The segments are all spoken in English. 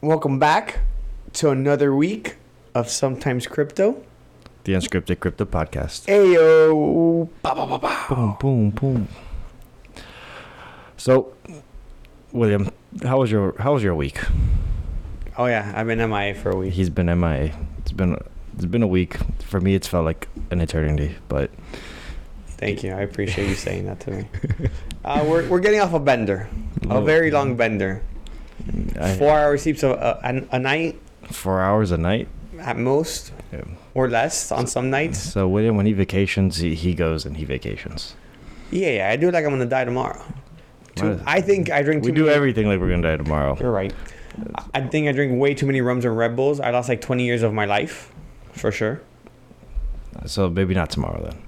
Welcome back to another week of Sometimes Crypto. The Unscripted Crypto Podcast. Ayo. Ba, ba, ba, ba. Boom, boom, boom. So, William, how was your how was your week? Oh, yeah. I've been MIA for a week. He's been MIA. It's been it's been a week. For me, it's felt like an eternity. But Thank you. I appreciate you saying that to me. Uh, we're, we're getting off a bender, a very long bender. I- Four hour sleeps a, a, an- a night four hours a night. at most Yeah. or less on some nights. So William, when he vacations, he, he goes and he vacations. Yeah, yeah. I do it like I'm going to die tomorrow. Too, What? I think I drink too We do many- everything like we're gonna die tomorrow. You're right. I- I think I drink way too many rums and Red Bulls. I lost like 20 years of my life, for sure. So maybe not tomorrow then.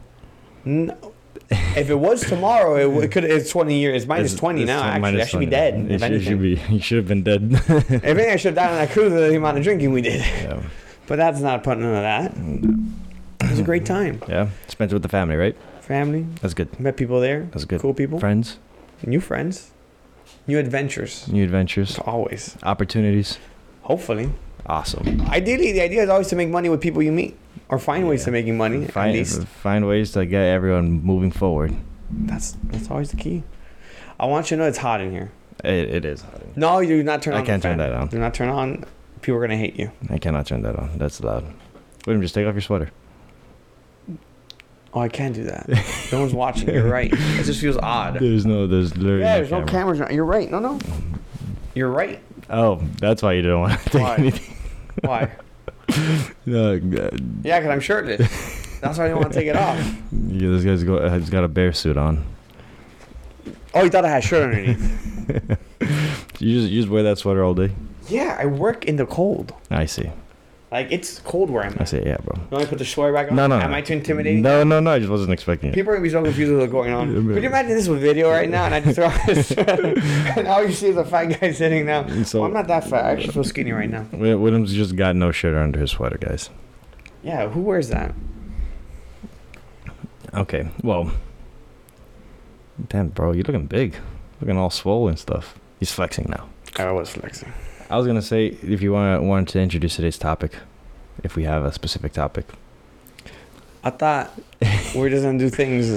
No. If it was tomorrow, it, w- it could. It's 20 years. It's minus It's- 20 it's now. time- Actually, I minus should be 20. dead. You If should, you should anything, be. You should have been dead. if anything, I should have died on that cruise with the amount of drinking we did. yeah. But that's not a pun into that. It was a great time. yeah. Spent it with the family, right? Family. That's good. Met people there. That's good. Cool people. Friends, New friends. New adventures. new adventures, Always. opportunities. Hopefully. Awesome. Ideally, the idea is always to make money with people you meet, or find ways Yeah. to making money. at Find, least. find ways to get everyone moving forward. That's that's always the key. I want you to know it's hot in here. It, it is. hot. No, you do not turn I on. the can't turn fan. that on. Do not turn on. People are gonna hate you. I cannot turn that on. That's loud. William, just take off your sweater. Oh, I can't do that. no one's watching. You're right. It just feels odd. There's no. There's literally yeah, no there's no camera. cameras. around. You're right. No, no. You're right. Oh, that's why you didn't want to take Why? anything. Why? No, uh, Yeah, because I'm shirtless. That's why I didn't want to take it off. yeah, this guy's go, has got a bear suit on. Oh, you thought I had a shirt underneath? You just you just wear that sweater all day. yeah, I work in the cold. I see. Like it's cold where I'm I at. see. Yeah, bro. You want me to put the sweater back on? No, no. Am no. I too intimidating? No, no, no. I just wasn't expecting it. People are gonna be so confused with what's going on. Yeah, man. Could you imagine this with video right now? And I just throw this, and all you see is a fat guy sitting down. So Well, I'm not that fat. I actually feel skinny right now. Wi- William's just got no shirt under his sweater, guys. Yeah, who wears that? Okay. Well, damn, bro, you're looking big, looking all swole and stuff. He's flexing now. I was flexing. I was gonna say if you want wanted to introduce today's topic, if we have a specific topic. I thought we were just gonna do things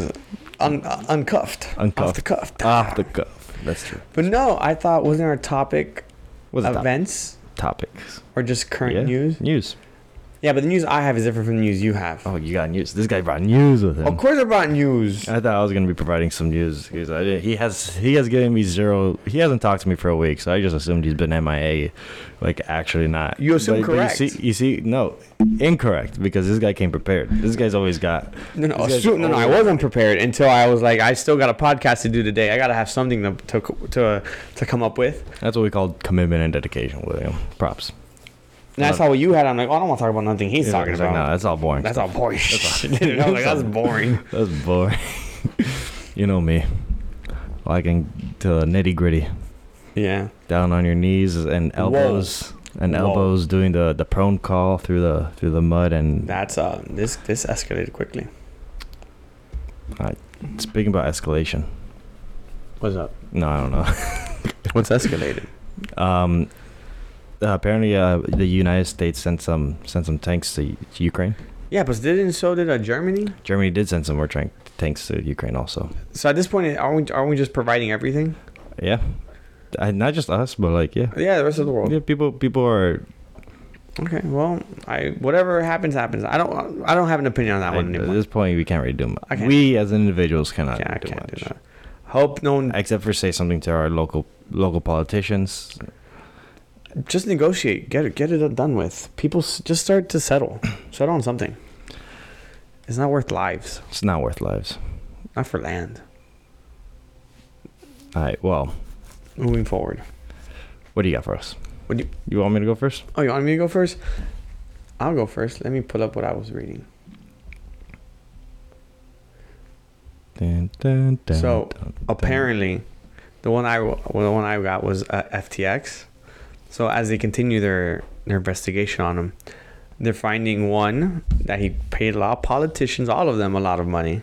un- uncuffed, off the Uncuffed. cuff. Off the cuff. That's true. But no, I thought wasn't our topic What's the top- events topics? or just current Yeah. news? News. Yeah, but the news I have is different from the news you have. Oh, you got news. This guy brought news with him. Of course, I brought news. I thought I was gonna be providing some news because I didn't, he has he has given me zero. He hasn't talked to me for a week, so I just assumed he's been MIA, like actually not. You assume correct. you, see, you see, no, incorrect because this guy came prepared. This guy's always got. No, no, These guys shoot, no, no. I always- wasn't prepared until I was like, I still got a podcast to do today. I gotta have something to to to, to come up with. That's what we call commitment and dedication, William. Props. And that's how you had. I'm like, oh, I don't want to talk about nothing he's He's talking like, about. no, that's all boring. that's That's, all boring. That's all- Dude, I was like, that's boring. boring. you know me, liking to the nitty gritty, Yeah. down on your knees and Whoa. elbows. And Whoa. elbows doing the, the prone call through the through the mud and That's uh, this this escalated quickly. Speaking about escalation, What's up? no, I don't know. What's escalated? Um, uh, apparently, uh, the United States sent some sent some tanks to, to Ukraine. Yeah, but didn't so did uh, Germany. Germany did send some more tank, tanks to Ukraine, also. So at this point, are we are we just providing everything? Yeah, I, not just us, but like yeah, Yeah, the rest of the world. yeah. People people are Okay. Well, I whatever happens happens. I don't I don't have an opinion on that one at anymore. this point we can't really do much. I can't- We as individuals cannot yeah, I do can't much, do that. Hope no one except for say something to our local local politicians. just negotiate. Get it, get it done with. People s- just start to settle. Settle on something. It's not worth lives. It's not worth lives. Not for land. All right, well, Moving forward. what do you got for us? What do you- you want me to go first? Oh, you want me to go first? I'll go first. Let me pull up what I was reading. Dun, dun, dun, So, dun, dun. Apparently, the one I w- well, the one I got was uh, FTX. So as they continue their their investigation on him, they're finding one that he paid a lot of politicians, all of them, a lot of money.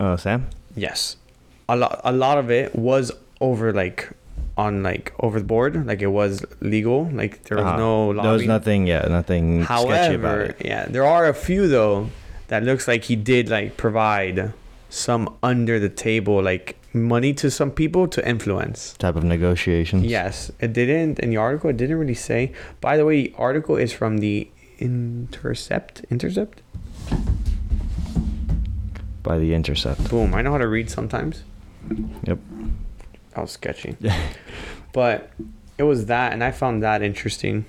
uh, Sam. Yes, a lot. A lot of it was over like on like over the board, like it was legal, like there was Uh-huh. no lobbying. There was nothing, yeah, nothing sketchy about However, it. yeah, there are a few though that looks like he did like provide some under the table like money to some people to influence. Type of negotiations. Yes, it didn't in the article. It didn't really say. By the way, the article is from the Intercept. Intercept. By the intercept. Boom! I know how to read sometimes. Yep. That was sketchy. but it was that, and I found that interesting.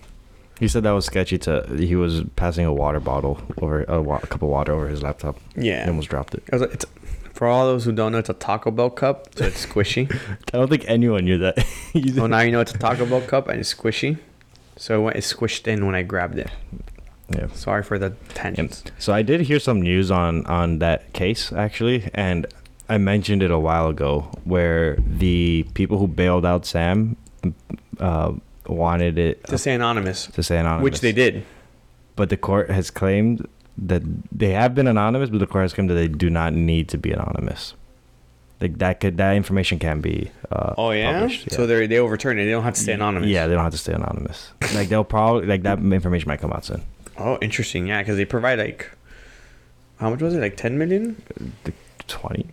He said that was sketchy. To he was passing a water bottle over a, wa- cup of water over his laptop. Yeah. He almost dropped it. It was, it's for all those who don't know, it's a Taco Bell cup, so it's squishy. I don't think anyone knew that. You well, did- now you know it's a Taco Bell cup and it's squishy. So it, went, it squished in when I grabbed it. yeah. Sorry for the tangents. So I did hear some news on on that case actually, and I mentioned it a while ago, where the people who bailed out Sam uh, wanted it To say anonymous, to say anonymous, which they did. But the court has claimed that they have been anonymous, but the court has claimed that they do not need to be anonymous. Like that could that information can be. Uh, Oh yeah. published, So they they overturned it. They don't have to stay anonymous. Yeah, they don't have to stay anonymous. Like they'll probably like that information might come out soon. Oh, interesting. Yeah, because they provide like how much was it? Like 10 million, Twenty.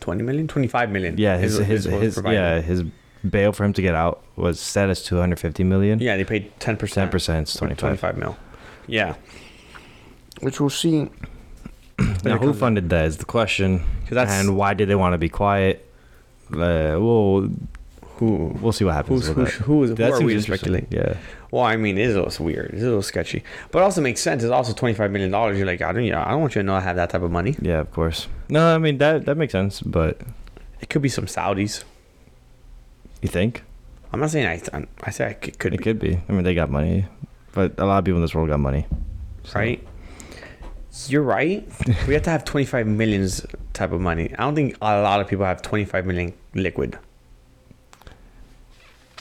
20 million, 25 million. Yeah, his is- is his, what was his, provided. yeah his bail for him to get out was set as two hundred fifty million. Yeah, they paid 10%. ten percent is twenty five. 25 mil. Yeah. Which we'll see. Now who funded that is the question. 'Cause that's- and why did they want to be quiet? Uh, we'll Who? we'll see what happens. Who's, with who, that. who, is, who That are seems we to interesting. speculate? Yeah. Well, I mean, Izzo's weird. It's a little sketchy, but it also makes sense. It's also twenty five million dollars. You're like, I don't, you know, I don't want you to know I have that type of money. Yeah, of course. No, I mean that that makes sense, but It could be some Saudis. you think I'm not saying I. I say I c- could, it be could be. I mean, they got money, but a lot of people in this world got money, So- right. You're right. we have to have twenty five millions type of money. I don't think a lot of people have twenty five million liquid.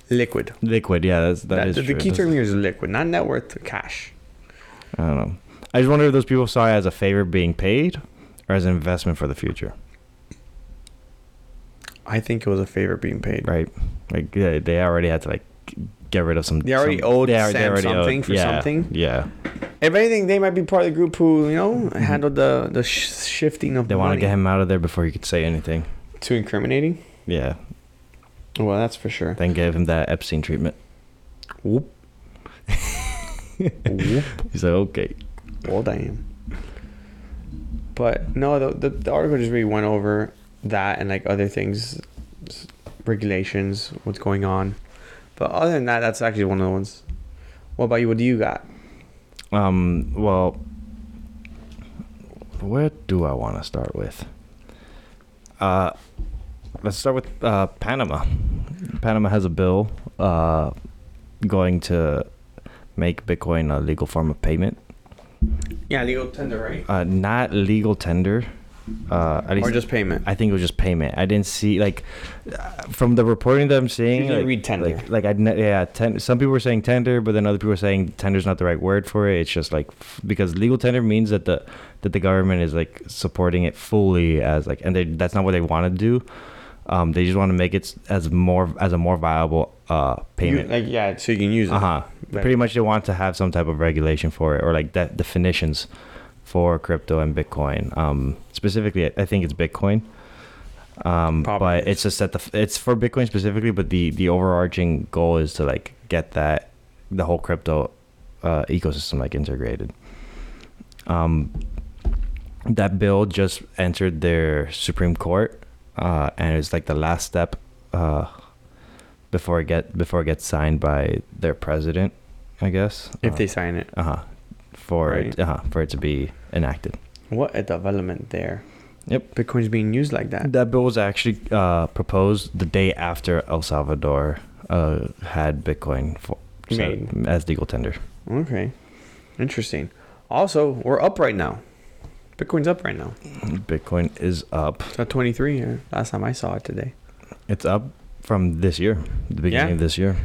Liquid. Liquid, yeah, that's that That- is the true. key That's- term here is liquid, not net worth, cash. I don't know. I just wonder if those people saw it as a favor being paid, or as an investment for the future, I think it was a favor being paid. right? Like yeah, they already had to like get rid of some. They already some- owed al- Sam already something for yeah, something. Yeah, If anything, they might be part of the group who you know handled the the sh- shifting of Mm-hmm. they want money. to get him out of there before he could say anything. too incriminating. Yeah, Well, that's for sure. then gave him that Epstein treatment. Whoop. Whoop. He's like, okay, Well, damn. But no, the, the the article just really went over that and like other things, s- regulations, what's going on. But other than that, that's actually one of the ones. What about you? What do you got? Um, well, where do I want to start with? Uh, let's start with uh, Panama. Panama has a bill uh, going to make Bitcoin a legal form of payment. Yeah, legal tender, right? Uh, not legal tender. Uh, at least Or just payment? I think it was just payment. I didn't see like uh, from the reporting that I'm seeing. Usually like, read tender. Like, like I ne- yeah, ten, some people were saying tender, but then other people were saying tender's not the right word for it. It's just like f- because legal tender means that the that the government is like supporting it fully as like, and they, that's not what they want to do. Um, they just want to make it s- as more as a more viable uh You- payment. like yeah, so you can use it. Uh huh. Right. Pretty much, they want to have some type of regulation for it, or like that definitions for crypto and Bitcoin. Um, specifically, I- I think it's Bitcoin. Um, Probably but is. it's just that the it's for Bitcoin specifically, but the the overarching goal is to like get that the whole crypto uh, ecosystem like integrated. Um, that bill just entered their Supreme Court, uh, and it's like the last step uh, before it get before it gets signed by their president, I guess. If they sign it, uh huh for Right. it, uh-huh, for it to be enacted. what a development there. Yep. Bitcoin's being used like that. That bill was actually uh, proposed the day after El Salvador uh, had Bitcoin for, Made. set as legal tender. Okay. Interesting. Also, we're up right now. Bitcoin's up right now. Bitcoin is up. It's at 23 here. Last time I saw it today. It's up from this year, the beginning Yeah. of this year.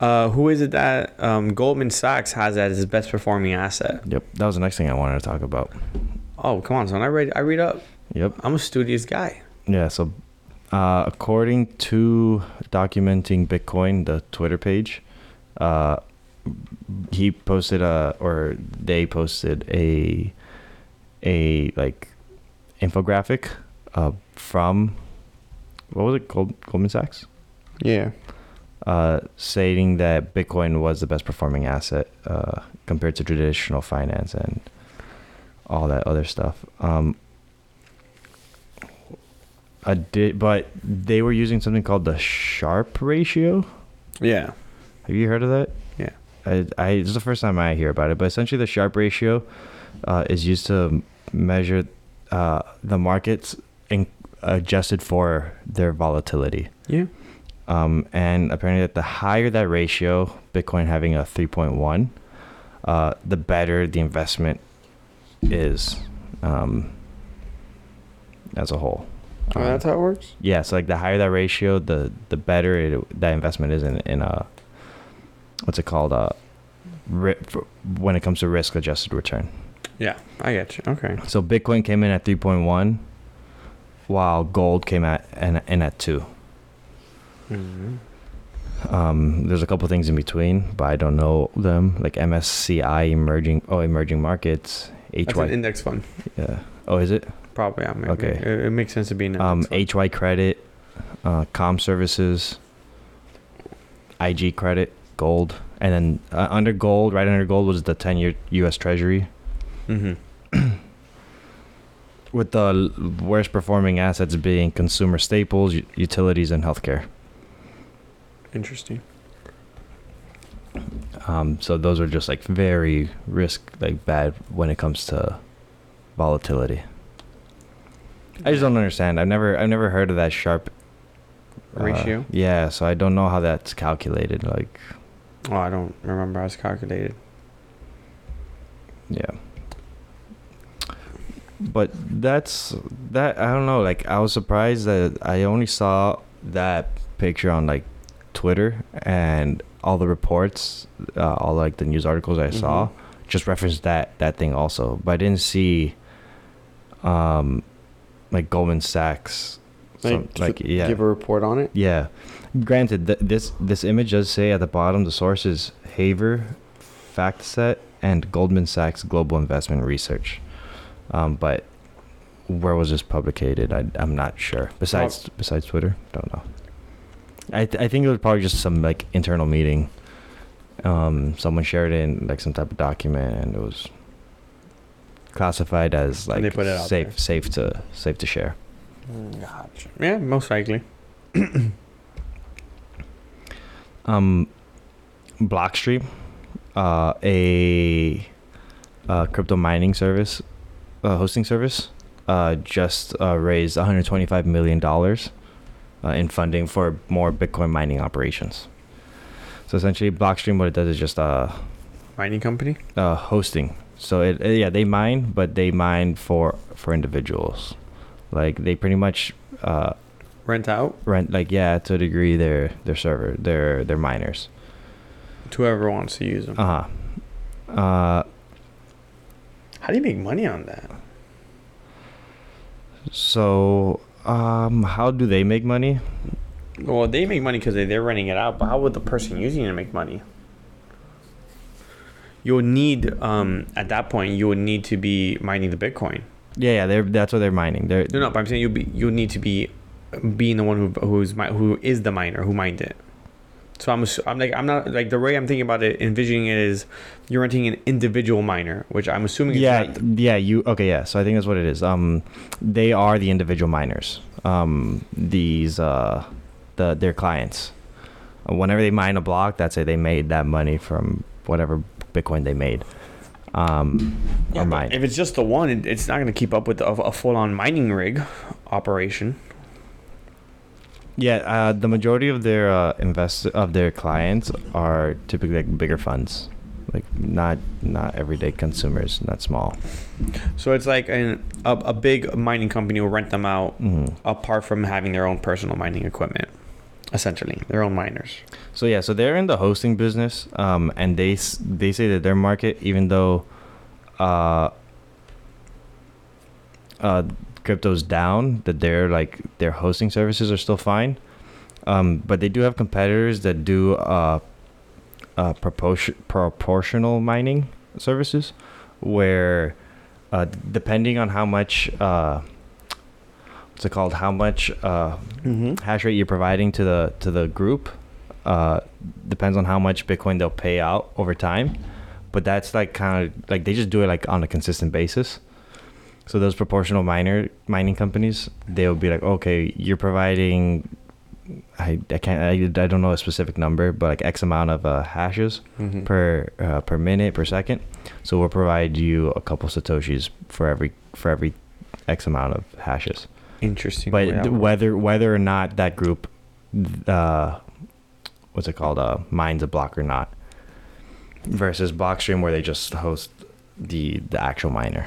Uh, who is it that um, Goldman Sachs has as his best performing asset? Yep. That was the next thing I wanted to talk about. Oh, come on, son. I read I read up. Yep. I'm a studious guy. Yeah. So Uh, according to documenting Bitcoin, the Twitter page, uh, he posted a or they posted a a like infographic uh, from what was it Gold, Goldman Sachs Yeah. uh, stating that Bitcoin was the best performing asset uh, compared to traditional finance and all that other stuff. Um, I did, but they were using something called the Sharp ratio. Yeah. Have you heard of that? Yeah. I, I this is the first time I hear about it, but essentially the Sharp ratio uh, is used to measure uh, the markets in, adjusted for their volatility. Yeah. Um, and apparently, that the higher that ratio, Bitcoin having a 3.1, uh, the better the investment is um, as a whole. Um, Oh, that's how it works. Yeah, so like the higher that ratio, the the better it, that investment is in in a what's it called uh ri- for- when it comes to risk adjusted return. Yeah, I get you. Okay. So Bitcoin came in at 3.1 while gold came at and in at 2. Mm-hmm. Um, there's a couple things in between, but I don't know them. Like MSCI emerging oh emerging markets, That's an HY index fund. yeah. Oh, is it? Probably. Yeah, maybe. Okay. It, it makes sense to be an index Um fund. HY credit, uh com services, IG credit, gold, and then uh, under gold, right under gold was the 10-year US Treasury Mhm. with the l- worst performing assets being consumer staples, u- utilities and healthcare. Interesting. Um, so those are just like very risk like bad when it comes to volatility. I just don't understand. I've never I've never heard of that sharp uh, Ratio? yeah, so I don't know how that's calculated. Like Oh, I don't remember. I was calculated. yeah. But that's that I don't know, like I was surprised that I only saw that picture on like Twitter and all the reports, uh, all like the news articles I saw Mhm. just referenced that that thing also. But I didn't see um like Goldman Sachs some, like yeah. Give a report on it. Yeah. Granted, th- this this image does say at the bottom the sources Haver, FactSet, and Goldman Sachs Global Investment Research. Um, but where was this publicated? I, I'm not sure. Besides besides Twitter, don't know. I th- I think it was probably just some like internal meeting. Um, someone shared it in like some type of document, and it was classified as like And they put it out safe there. safe to safe to share. Mm, Gotcha. Yeah, most likely. um blockstream uh a uh crypto mining service uh, hosting service uh just uh, raised 125 million dollars uh, in funding for more bitcoin mining operations so essentially blockstream what it does is just uh Mining company. uh hosting so it uh, yeah they mine but they mine for for individuals like they pretty much uh Rent out rent like yeah to a degree their their server their their miners to whoever wants to use them. Uh-huh. Uh How do you make money on that? So, um, how do they make money? Well, they make money because they, they're renting it out, but how would the person using it make money? You'll need, um, at that point, you will need to be mining the Bitcoin. Yeah, yeah, they're that's what they're mining. They're No, no, but I'm saying you'll be you'll need to be being the one who who's mi- who is the miner who mined it. So I'm assu- I'm like I'm not like the way I'm thinking about it, envisioning it is you're renting an individual miner, which I'm assuming is yeah, not the- yeah, you okay, yeah. So I think that's what it is. Um they are the individual miners. Um these uh the their clients. Whenever they mine a block, that's it. They made that money from whatever Bitcoin they made. Um Yeah, or but mine. If it's just the one, it, it's not going to keep up with a, a full-on mining rig operation. Yeah, uh, the majority of their uh, invest of their clients are typically like bigger funds, like not not everyday consumers, not small. So it's like an, a a big mining company will rent them out, hmm apart from having their own personal mining equipment, essentially their own miners. So yeah, so they're in the hosting business, um, and they s- they say that their market, even though, uh, uh, crypto's down, that their like their hosting services are still fine. Um, but they do have competitors that do uh, uh, proportion, proportional mining services, where uh, depending on how much uh, what's it called, how much uh, Mm-hmm. hash rate you're providing to the to the group uh, depends on how much Bitcoin they'll pay out over time. But that's like kind of like they just do it like on a consistent basis. So those proportional miner mining companies, they'll be like, okay, you're providing. I, I can't I, I don't know a specific number, but like X amount of uh, hashes Mm-hmm. per uh, per minute per second. So we'll provide you a couple satoshis for every for every X amount of hashes Interesting. but way that th- works. whether whether or not that group th- uh what's it called uh mines a block or not versus blockstream where they just host the the actual miner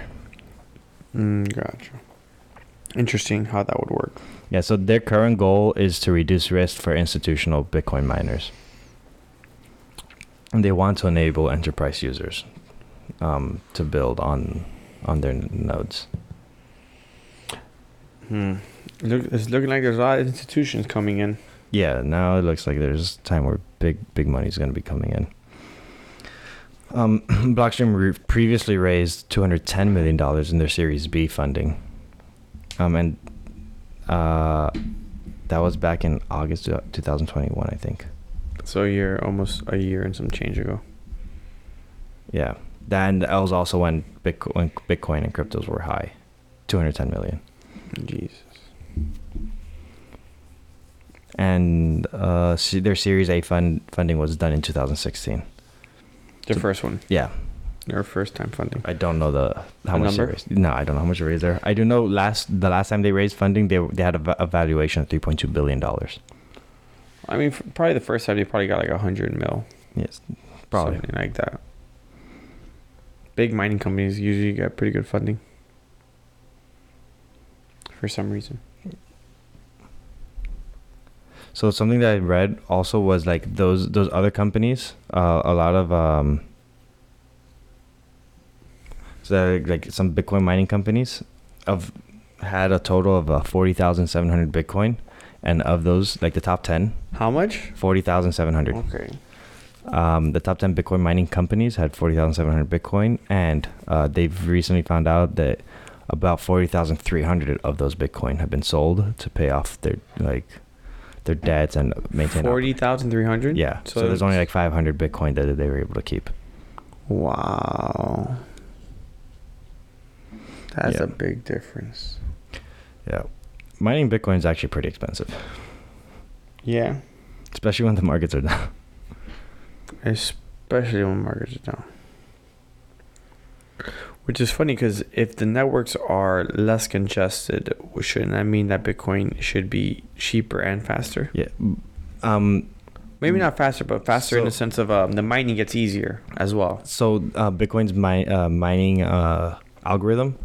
Mm, gotcha. Interesting how that would work. yeah so their current goal is to reduce risk for institutional bitcoin miners and they want to enable enterprise users um, to build on on their n- nodes Hmm. Look, it's looking like there's a lot of institutions coming in. Yeah, now it looks like there's time where big big money's going to be coming in. Um, Blockstream re- previously raised 210 million dollars in their Series B funding, um, and uh, that was back in August 2021, I think. So you're almost a year and some change ago. Yeah, then that was also when Bitcoin, Bitcoin and cryptos were high, 210 million. Jeez. And uh, se- their Series A fund funding was done in 2016. Their So- first one. Yeah, Their first time funding. I don't know the how The much number? they raised. No, I don't know how much they raised there. I do know last the last time they raised funding, they they had a, va- a valuation of three point two billion dollars. I mean, f- probably the first time they probably got like a hundred mil, Yes, probably. something like that. Big mining companies usually get pretty good funding. For some reason. So something that I read also was like those those other companies, uh, a lot of um, so that, like some Bitcoin mining companies have had a total of uh, forty thousand seven hundred Bitcoin, and of those, like the top ten, How much? forty thousand seven hundred. Okay. Um, the top 10 Bitcoin mining companies had 40,700 Bitcoin, and uh, they've recently found out that about 40,300 of those Bitcoin have been sold to pay off their like their debts and maintain. op- Forty thousand three hundred. yeah, so, So there's only like 500 Bitcoin that they were able to keep. Wow. That's Yeah. a big difference. Yeah, mining Bitcoin is actually pretty expensive, Yeah. especially when the markets are down. especially when markets are down. Which is funny because if the networks are less congested, shouldn't that mean that Bitcoin should be cheaper and faster? Yeah, um, Maybe not faster, but faster in the So- sense of um, the mining gets easier as well. So uh, Bitcoin's mi- uh, mining uh, algorithm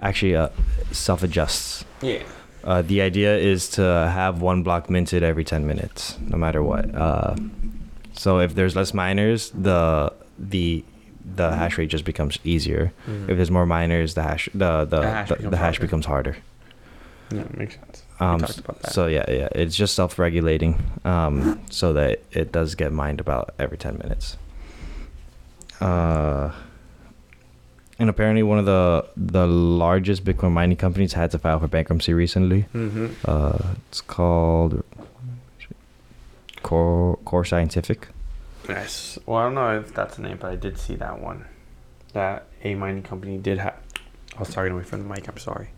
actually uh, self-adjusts. Yeah. Uh, the idea is to have one block minted every 10 minutes, no matter what. Uh, so if there's less miners, the the the hash rate just becomes easier. If there's more miners, the hash the the, The hash the, becomes the hash harder. becomes harder. Yeah, makes sense. Um, we talked about that. So yeah, yeah, it's just self-regulating, um, so that it does get mined about every ten minutes. Uh, and apparently, one of the the largest Bitcoin mining companies had to file for bankruptcy recently. mm-hmm. Uh, it's called Core Core Scientific. Nice. Well, I don't know if that's the name, but I did see that one. That a mining company did have. I was talking away from the mic. I'm sorry.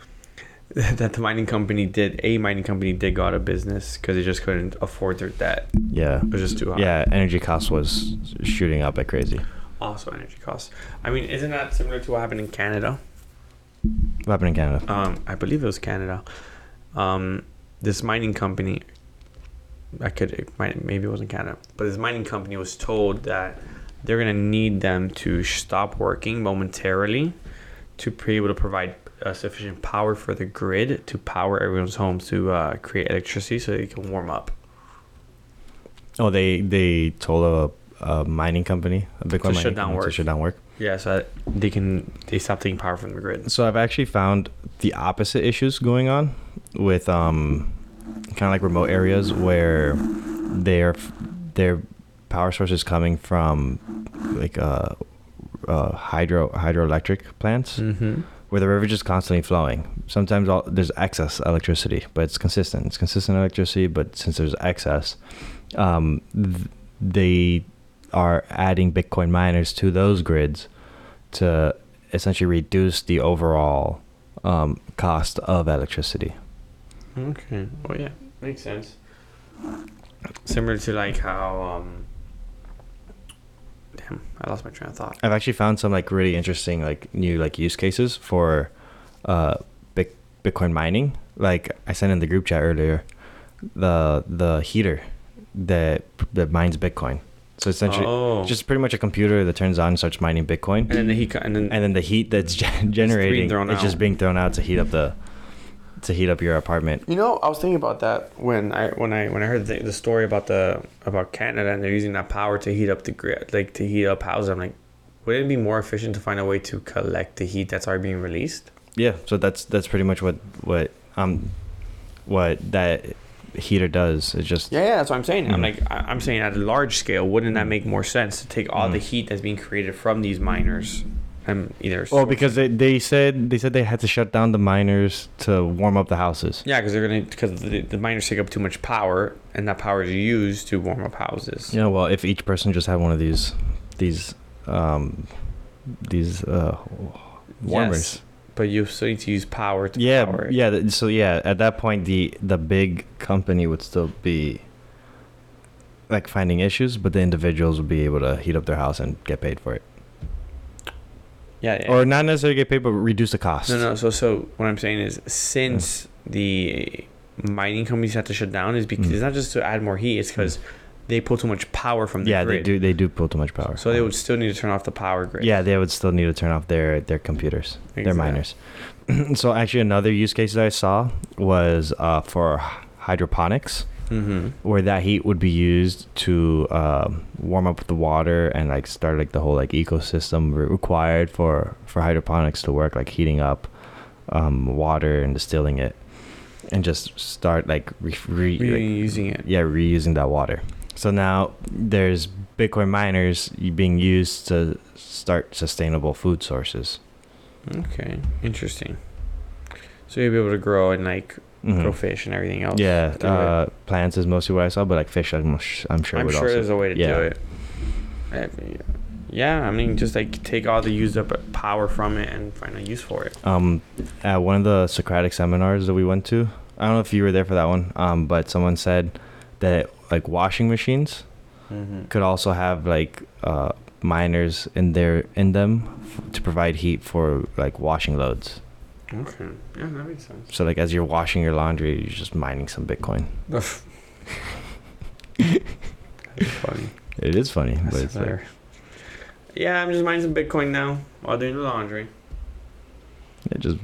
that the mining company did a mining company did go out of business because they just couldn't afford their debt. Yeah, It was just too high. yeah. Energy cost was shooting up like crazy. Also, energy costs. I mean, isn't that similar to what happened in Canada? What happened in Canada? um, I believe it was Canada. Um, this mining company, I could it might, maybe it wasn't Canada, but this mining company was told that they're gonna need them to sh- stop working momentarily to be able to provide uh, sufficient power for the grid to power everyone's homes to uh, create electricity so they can warm up. Oh, they they told a a mining company, a Bitcoin mining shut down company, work. To shut down work. Yeah, so they can they stop taking power from the grid. So I've actually found the opposite issues going on with um, kind of like remote areas where their their power source is coming from like uh, uh, hydro hydroelectric plants Mm-hmm. where the river just constantly flowing. Sometimes all, there's excess electricity, but it's consistent. It's consistent electricity, but since there's excess, um, th- they are adding Bitcoin miners to those grids to essentially reduce the overall um, cost of electricity. Okay. Oh yeah, makes sense. Similar to like how um. Damn, I lost my train of thought. I've actually found some like really interesting like new like use cases for uh Bit- Bitcoin mining. Like I sent in the group chat earlier, the the heater that that mines Bitcoin. So essentially, oh. just pretty much a computer that turns on and starts mining Bitcoin, and then he ca- and then and then the heat that's gen- generating thrown is just out. being thrown out to heat up the to heat up your apartment. You know, I was thinking about that when I when I when I heard the, the story about the about Canada and they're using that power to heat up the grid, like to heat up houses. I'm like, wouldn't it be more efficient to find a way to collect the heat that's already being released? Yeah, so that's that's pretty much what what um what that heater does. It just Yeah, yeah, that's what I'm saying. I'm Mhm. like, I- I'm saying at a large scale, wouldn't that make more sense to take all the Mhm. heat that's being created from these miners and either? Well, source- because they, they said they said they had to shut down the miners to warm up the houses. yeah, because they're gonna because the, the miners take up too much power, and that power is used to warm up houses. Yeah, well, if each person just had one of these these um these uh warmers. But you still need to use power to Yeah, power it. yeah, th- so yeah, at that point the the big company would still be like finding issues, but the individuals would be able to heat up their house and get paid for it. yeah, yeah. Or not necessarily get paid but reduce the cost. No, no. So, so what I'm saying is, since Hmm. the mining companies had to shut down, is because Mm. it's not just to add more heat. It's because they pull too much power from the Hmm. Yeah, grid. they do they do pull too much power. So they would still need to turn off the power grid. Yeah, they would still need to turn off their their computers. They're miners. so actually, another use case that I saw was uh, for hydroponics, Mm-hmm. where that heat would be used to um, warm up the water and like start like the whole like ecosystem re- required for for hydroponics to work, like heating up um, water and distilling it, and just start like, re- re- like Reusing it. yeah, reusing that water. So now there's Bitcoin miners being used to start sustainable food sources. Okay. Interesting. So you'll be able to grow and like Mhm. grow fish and everything else. Yeah, through it. uh, plants is mostly what I saw, but like fish, I'm, sh- I'm sure. I'm would sure also. there's a way to yeah. do it. Every- Yeah, I mean, just like take all the used up power from it and find a use for it. Um, at one of the Socratic seminars that we went to, I don't know if you were there for that one. Um, but someone said that like washing machines Mm-hmm. could also have like uh miners in their in them f- to provide heat for like washing loads. Okay. Yeah, that makes sense. So like as you're washing your laundry, you're just mining some Bitcoin. That's funny. It is funny, but it's like, better. yeah, I'm just mining some Bitcoin now while doing the laundry. it just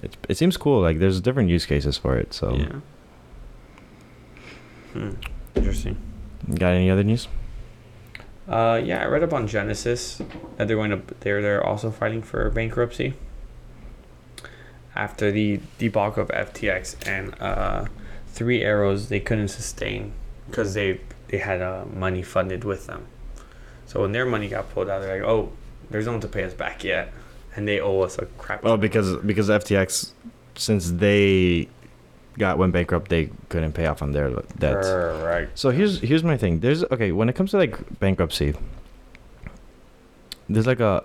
it, it seems cool. Like there's different use cases for it. So Yeah. Hmm. Interesting. got any other news? Uh, yeah, I read up on Genesis that they're going to they're they're also filing for bankruptcy after the debacle of FTX and uh, Three Arrows. They couldn't sustain because they they had uh, money funded with them. So when their money got pulled out, they're like, "Oh, there's no one to pay us back yet," and they owe us a crap. Well, ton. because because FTX, since they got went bankrupt, they couldn't pay off on their debts. right. So here's here's my thing. There's okay when it comes to like bankruptcy. There's like a,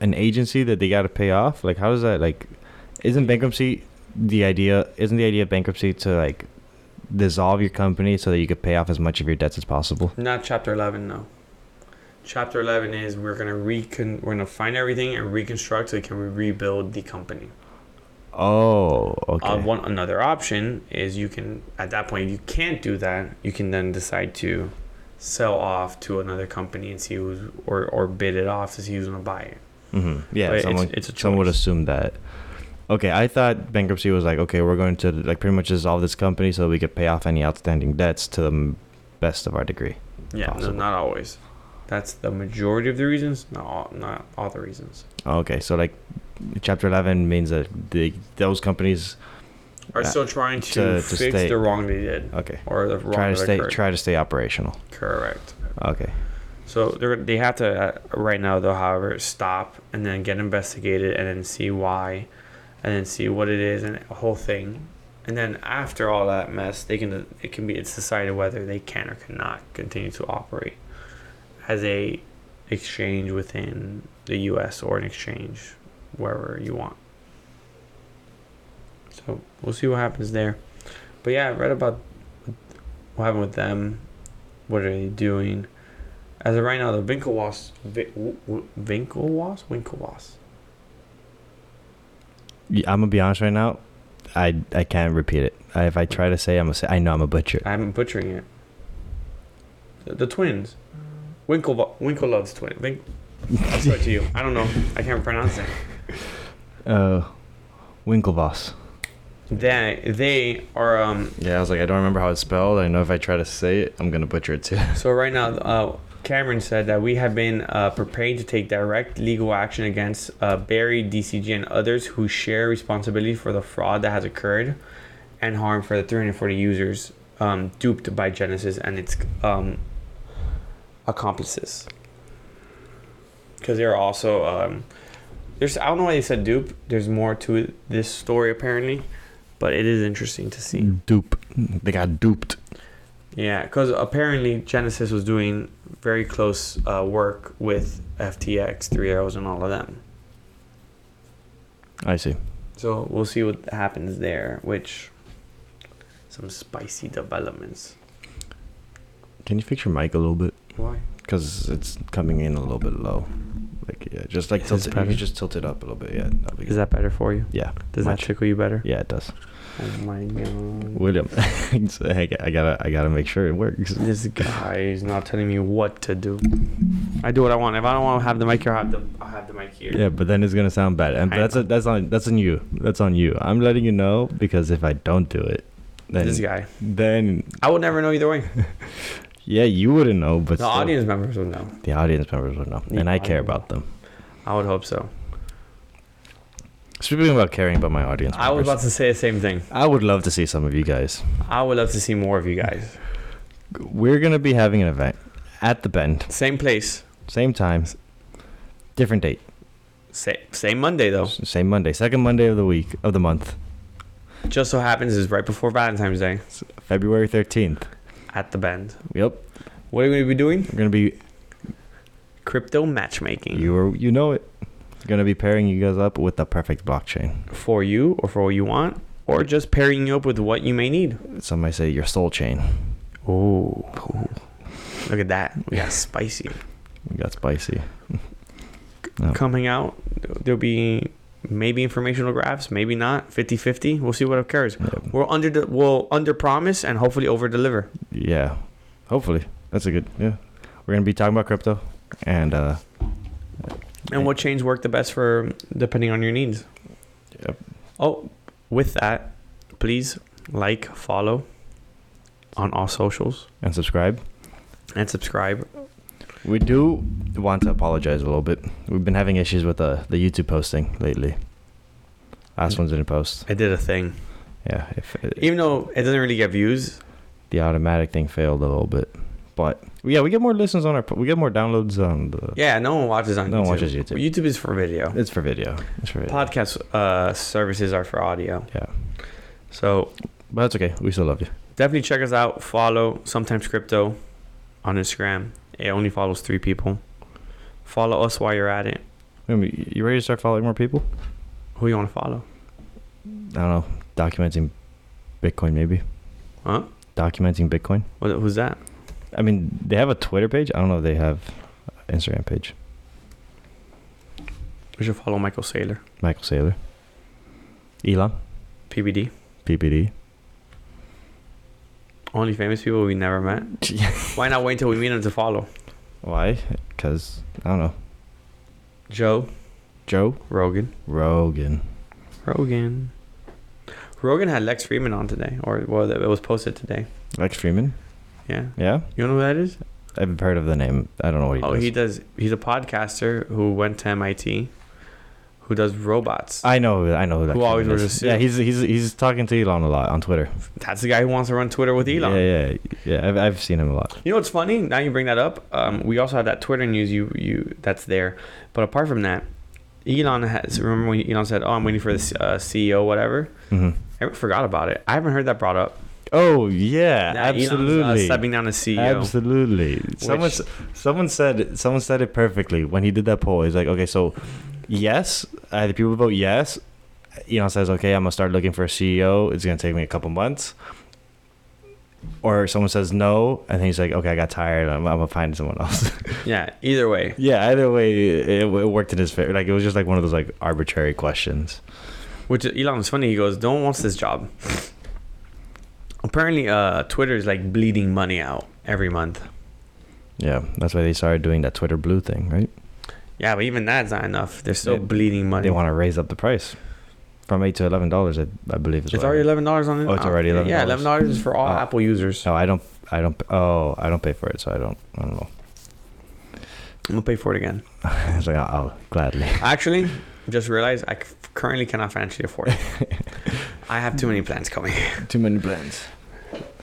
an agency that they got to pay off. Like how does that like, isn't bankruptcy the idea? Isn't the idea of bankruptcy to like dissolve your company so that you could pay off as much of your debts as possible? Not Chapter Eleven, no. Chapter Eleven is we're gonna recon we're gonna find everything and reconstruct so we can rebuild the company. Oh, okay. Uh, one another option is you can at that point if you can't do that. You can then decide to sell off to another company and see who's or or bid it off to see who's gonna buy it. hmm Yeah, But it's- someone, it's a someone would choice. assume that. Okay, I thought bankruptcy was like, okay, we're going to like pretty much dissolve this company so we could pay off any outstanding debts to the m- best of our degree. Yeah, no, possible. not always. That's the majority of the reasons. Not all, not all the reasons. Okay, so like Chapter 11 means that they, those companies Are Yeah. still trying to, To- to fix stay- the wrong they did okay or the wrong try to that stay occurred. try to stay operational. Correct. Okay, So they're they have to uh, right now though, however, stop and then get investigated and then see why, and then see what it is and a whole thing, and then after all that mess, they can it can be it's decided whether they can or cannot continue to operate as a exchange within the U.S. or an exchange wherever you want. So we'll see what happens there, but yeah, I read about what happened with them. What are they doing? As of right now, the Winklevoss, Vi- w- w- Winklevoss, Winklevoss. Yeah, I'm gonna be honest right now. I I can't repeat it. I, if I try to say, I'm gonna say I know I'm a butcher. I'm butchering it. The, the twins, Winklevo- Winkelove's twin. Wink- I'll throw it to you. I don't know. I can't pronounce it. Uh, Winklevoss. They they are um. Yeah, I was like, I don't remember how it's spelled. I know if I try to say it, I'm gonna butcher it too. So right now, uh, Cameron said that we have been uh, prepared to take direct legal action against uh, Barry, DCG, and others who share responsibility for the fraud that has occurred. and harm for the 340 users um, duped by Genesis and its um, accomplices. Because they're also um, there's I don't know why they said dupe. There's more to this story apparently, but it is interesting to Hmm. see. Dupe. They got duped. Yeah, because apparently Genesis was doing very close uh, work with FTX, Three Arrows, and all of them. I see. So we'll see what happens there. Which some spicy developments. Can you fix your mic a little bit? Why? Cause it's coming in a little bit low. Like yeah, just like Is tilt this it. You better? could just tilt it up a little bit. Yeah. that'll be Is that better for you? good. Yeah. Does Much. that tickle you better? Yeah, it does. Oh my god. William, so, I g- I gotta I gotta make sure it works. This guy is not telling me what to do. I do what I want. If I don't want to have the mic here, I'll have the, I'll have the mic here. Yeah, but then it's gonna sound bad, and I that's know. a, that's on that's on you. That's on you. I'm letting you know because if I don't do it, then This guy. then I would never know either way. yeah, you wouldn't know, but The still, audience members would know. the audience members would know, The and I care audience. about them. I would hope so. Speaking about caring about my audience, members, I was about to say the same thing. I would love to see some of you guys. I would love to see more of you guys. We're gonna be having an event at the Bend, Same place. same time, different date, Sa- same Monday though. s- same Monday, second Monday of the week of the month, Just so happens is right before Valentine's Day February thirteenth. at the Bend. Yep, What are we gonna be doing? we're gonna be Crypto matchmaking you are you know it. Gonna be pairing you guys up with the perfect blockchain. for you or for what you want, or just pairing you up with what you may need. Some might say your soul chain. Oh, look at that! We got spicy We got spicy. coming out. There'll be maybe informational graphs, maybe not. 50-50. We'll see what occurs. Yeah. We'll under we'll under promise and hopefully over deliver. Yeah. Hopefully. That's a good yeah. We're gonna be talking about crypto and uh And what chains work the best for depending on your needs. Yep. Oh, with that, please like, follow on all socials, and subscribe. and subscribe. We do want to apologize a little bit. We've been having issues with uh, the the YouTube posting lately. Last one's didn't post. I did a thing, Yeah, if even though it doesn't really get views. the automatic thing failed a little bit, but yeah, we get more listens on our we get more downloads on the. Yeah, no one watches on. No YouTube. one watches YouTube. YouTube is for video. It's for video. It's for video. podcast uh, services are for audio. Yeah, So but that's okay. We still love you. definitely check us out. Follow sometimes crypto on Instagram. It only follows three people. Follow us while you're at it. I mean, You ready to start following more people? Who you want to follow? I don't know, documenting Bitcoin maybe. Huh? Documenting Bitcoin. What, who's that? I mean, they have a Twitter page. I don't know if they have an Instagram page. We should follow Michael Saylor, Michael Saylor, Elon, PBD. PPD. Only famous people we never met. Why not wait until we meet them to follow? Why? Because I don't know. Joe Joe Rogan. Rogan. Rogan. Rogan had Lex Freeman on today, or well, it was posted today. Lex Freeman. Yeah. Yeah, You know who that is? I've heard of the name. I don't know what he oh, does. he does. He's a podcaster who went to MIT, who does robots. I know. I know who that. Who kid always is. wears a suit. Yeah, he's he's he's talking to Elon a lot on Twitter. That's the guy who wants to run Twitter with Elon. Yeah, yeah, yeah. I've, I've seen him a lot. You know what's funny? Now you bring that up. Um, we also have that Twitter news. You you that's there, but apart from that, Elon has. Remember when Elon said, "Oh, I'm waiting for the uh, CEO, whatever." hmm Everyone forgot about it. I haven't heard that brought up. Oh yeah, That Elon's, uh, absolutely. stepping down as E CEO. Absolutely. Someone s someone said someone said it perfectly when he did that poll. He's like, okay, so yes, uh, the people vote yes. Elon says, okay, I'm gonna start looking for a CEO. It's gonna take me a couple months. Or someone says no, and then he's like, okay, I got tired. I'm, I'm gonna find someone else. Yeah. Either way, yeah, either way, it, it worked in his favor. Like it was just like one of those like arbitrary questions. which Elon's funny. He goes, "No one wants this job." Apparently, uh, Twitter is like bleeding money out every month. Yeah, that's why they started doing that Twitter Blue thing, right? Yeah, but even that's not enough. They're still They- bleeding money. They want to raise up the price from eight to eleven dollars. I, I believe it's is what I already heard. eleven dollars on it. Oh, it's already $11. Yeah, eleven dollars is for all Oh. Apple users. No, I don't. I don't. Oh, I don't pay for it, so I don't. I don't know. I'm gonna pay for it again. it's like I'll, I'll gladly. Actually, just realized I c- currently cannot financially afford it. I have too many plans coming. Too many plans.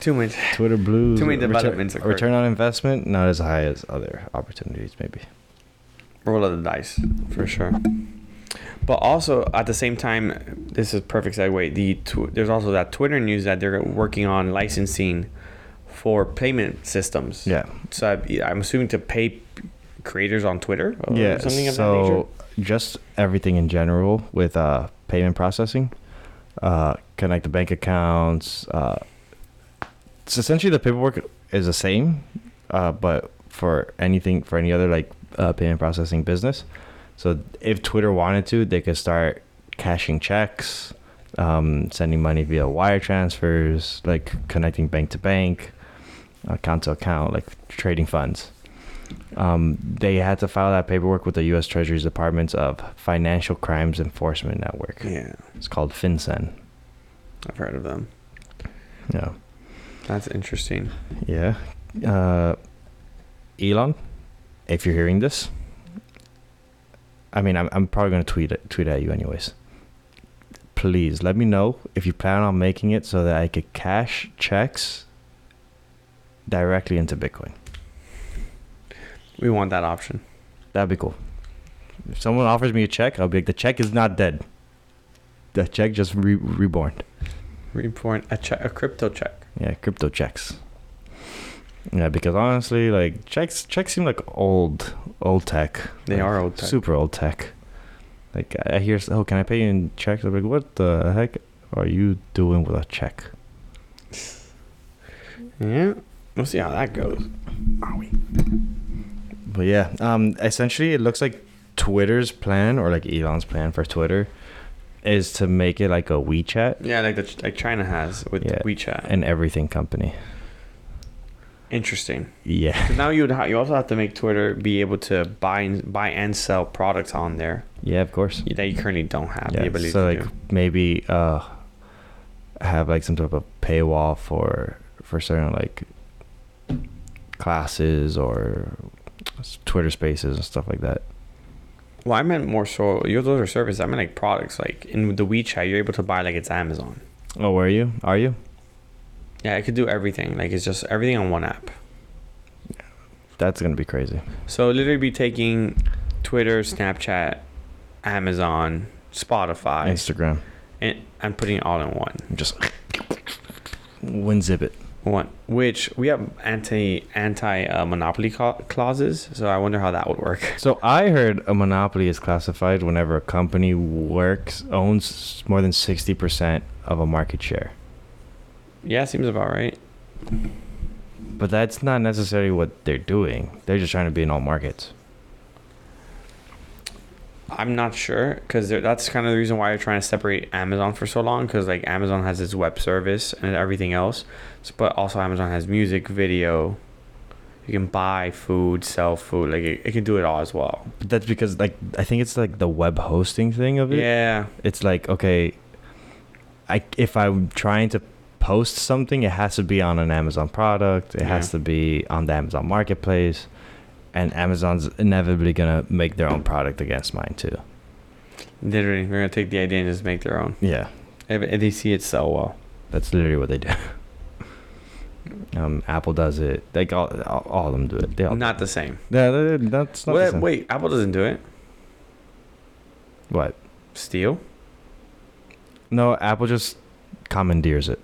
Too much. Twitter Blue. Too many developments Return, occurred. return on investment not as high as other opportunities, maybe. Roll of the dice, for sure. But also, at the same time, this is perfect segue. The tw- There's also that Twitter news that they're working on licensing for payment systems. Yeah. So I, I'm assuming to pay p- creators on Twitter or yeah. something of that nature. so just everything in general with uh, payment processing, uh, connect the bank accounts. Uh, so essentially, the paperwork is the same, uh, but for anything for any other like uh, payment processing business. So if Twitter wanted to, they could start cashing checks, um, sending money via wire transfers, like connecting bank to bank, account to account, like trading funds. Um, they had to file that paperwork with the U.S. Treasury's Department's of Financial Crimes Enforcement Network. Yeah, It's called FinCEN. I've heard of them. Yeah. That's interesting. Yeah. Uh, Elon, if you're hearing this, I mean, I'm, I'm probably going to tweet it, tweet at you anyways. Please let me know if you plan on making it so that I could cash checks directly into Bitcoin. We want that option. That'd be cool. If someone offers me a check, I'll be like, the check is not dead. The check just re- reborn. Report a, check, a crypto check. Yeah, crypto checks. Yeah, because honestly, like checks, checks seem like old, old tech. They Like, are old tech. super old tech. Like I I hear, oh, can I pay you in checks? I'm like, what the heck are you doing with a check? Yeah. We'll see how that goes. But yeah, um, essentially, it looks like Twitter's plan or like Elon's plan for Twitter is to make it like a WeChat Yeah, like the, like China has with Yeah. WeChat. and everything company. Interesting. Yeah, 'Cause now you would ha- you also have to make Twitter be able to buy and, buy and sell products on there yeah, of course. that you currently don't have the ability so to like do. maybe uh have like some type of paywall for for certain like classes or s- Twitter spaces and stuff like that. Well, I meant more so you those are services. I meant like products. Like in the WeChat, you're able to buy like it's Amazon. Oh, were you? Are you? Yeah, it could do everything. Like it's just everything on one app. That's gonna be crazy. So literally, be taking Twitter, Snapchat, Amazon, Spotify, Instagram, and I'm putting it all in one. just WinZip it. One, which we have anti anti uh, monopoly ca- clauses, so I wonder how that would work. So I heard a monopoly is classified whenever a company works owns more than sixty percent of a market share. Yeah, seems about right. But that's not necessarily what they're doing. They're just trying to be in all markets. I'm not sure because that's kind of the reason why you're trying to separate Amazon for so long because like Amazon has its web service and everything else, s- but also Amazon has music, video. You can buy food, sell food, like it, it can do it all as well. But that's because like I think it's like the web hosting thing of it. Yeah, It's like okay, I if I'm trying to post something, it has to be on an Amazon product. It has Yeah. to be on the Amazon marketplace. And Amazon's inevitably gonna make their own product against mine too. Literally, they're gonna take the idea and just make their own. Yeah. If, if they see it sell well, That's literally what they do. Um, Apple does it. Like all, all, all of them do it. They all. not the same. Yeah, they- they- that's not. the What, same. wait, Apple doesn't do it. What? Steel. No, Apple just commandeers it.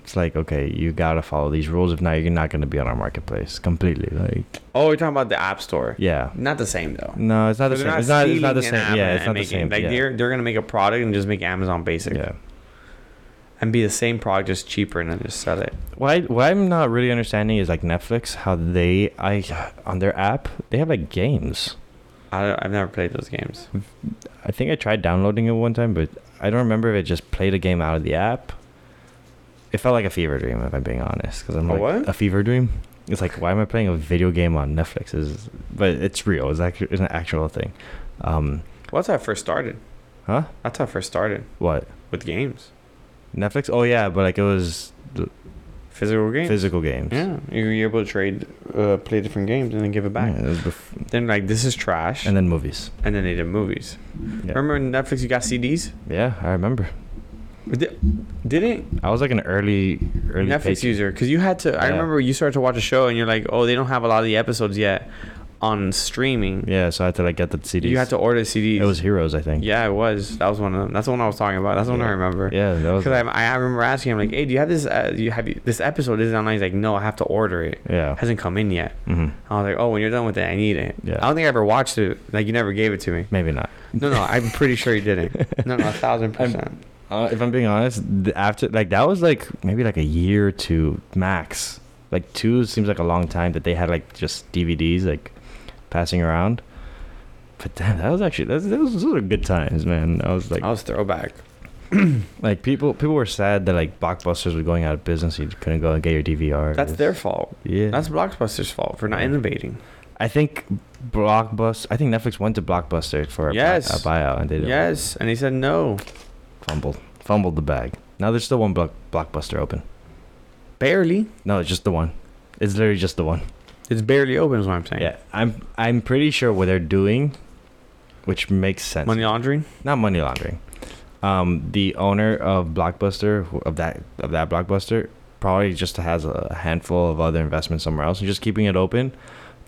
It's like okay, you gotta follow these rules. If not, you're not gonna be on our marketplace completely. Like Oh, you're talking about the App Store. yeah. Not the same though. No, it's not the They're same. it's not. It's not the stealing an same. app Yeah, and it's not the making- same. Like yeah. they're they're gonna make a product and just make Amazon Basic yeah. and be the same product just cheaper and then just sell it. What, I, what I'm not really understanding is like Netflix, how they I on their app they have like games. I don't, I've never played those games. I think I tried downloading it one time, but I don't remember if it just played a game out of the app. It felt like a fever dream, if I'm being honest, because I'm A like what? a fever dream. It's like why am I playing a video game on Netflix? Is but it's real. It's actually it's an actual thing. Um, Well, that's how I first started. Huh? That's how I first started what with games, Netflix? Oh yeah, but like it was physical games. physical games. Yeah, you- you're able to trade, uh, play different games, and then give it back. Yeah, it was bef- Then like this is trash, and and, then movies. then they did movies. Yeah. Remember when Netflix? You got CDs. Yeah, I remember. Di- Didn't I was like an early early Netflix patron. user because you had to. I Yeah. remember you started to watch a show and you're like, oh, they don't have a lot of the episodes yet on streaming. Yeah, so I had to like get the CDs. You had to order CDs. It was Heroes, I think. Yeah, it was. That was one of them. That's the one I was talking about. That's the one I Yeah. remember. Yeah, that was. Because I, I remember asking him like, "Hey, do you have this? Uh, do you have you, this episode? Is it online?" He's like, "No, I have to order it. It yeah. hasn't come in yet." hmm I was like, "Oh, when you're done with it, I need it." Yeah. I don't think I ever watched it. Like you never gave it to me. Maybe not. No, no, I'm pretty sure you didn't. No, no, a thousand percent. Uh, if I'm being honest, th- after like that was like maybe like a year to max. Like two seems like a long time that they had like just DVDs like passing around. But damn, that was actually that was, that was those were good times, man. I was like, I was throwback. like people people were sad that like blockbusters were going out of business. You couldn't go and get your DVR. That's their fault. Yeah, That's Blockbuster's fault for not Yeah. innovating. I think Blockbuster. I think Netflix went to Blockbuster for a, buy- Yes. a buyout, and they didn't Yes, and he said no. fumbled fumbled the bag. Now there's still one block, Blockbuster open. Barely. No, it's just the one. It's literally just the one. It's barely open. Is what I'm saying. Yeah, I'm I'm pretty sure what they're doing, which makes sense. Money laundering. Not money laundering. Um, the owner of Blockbuster who- of that of that Blockbuster probably just has a handful of other investments somewhere else and just keeping it open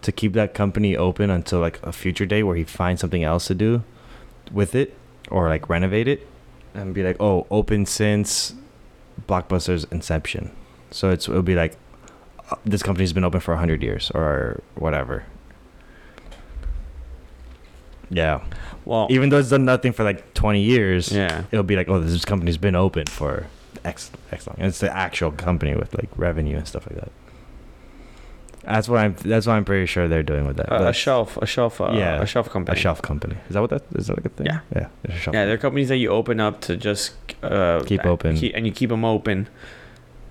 to keep that company open until like a future day where he finds something else to do with it or like renovate it and be like, oh, open since Blockbuster's inception. So it's it'll be like uh, this company's been open for hundred years or whatever. Yeah, Well, even though it's done nothing for like twenty years, yeah. it'll be like, oh, this company's been open for X X long. And it's the actual company with like revenue and stuff like that. That's what I'm. That's what I'm pretty sure they're doing with that. Uh, A- a That's shelf, a shelf, uh, Yeah, a shelf company. a shelf company. Is that what that is? That like a thing? Yeah. yeah. it's a shelf Yeah, they're companies that you open up to just uh, Keep open. keep- and you keep them open,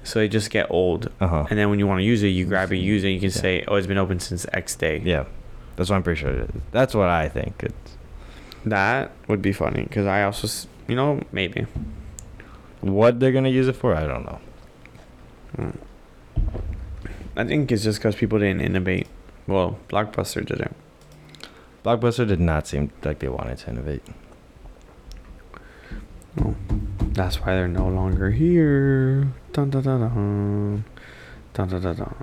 so they just get old. Uh huh. And then when you want to use it, you grab it, use it. You can Yeah. say, "Oh, it's been open since X day." Yeah, that's what I'm pretty sure. It is. That's what I think. It's, That would be funny because I also, s- you know, maybe what they're gonna use it for, I don't know. I think it's just because people didn't innovate. Well, Blockbuster didn't. Blockbuster did not seem like they wanted to innovate. That's why they're no longer here. Dun dun dun dun. Dun dun dun dun.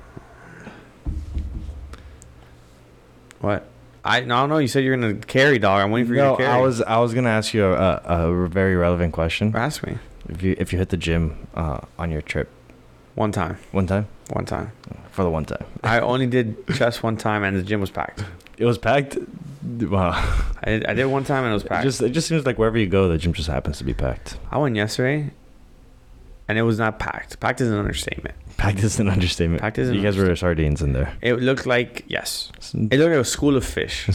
What? I no no. You said you're gonna carry dog. I'm waiting for you No, to carry. I was I was gonna ask you a, a, a very relevant question. ask me If you if you hit the gym uh, on your trip one time. one time One time. for the one time, I only did chest one time, and the gym was packed. it was packed. Wow, I did, I did one time, and it was it packed. just it just seems like wherever you go, the gym just happens to be packed. I went yesterday, and it was not packed. Packed is an understatement. Packed is an understatement. Packed is an you guys were sardines in there. It looked like yes. It looked like a school of fish.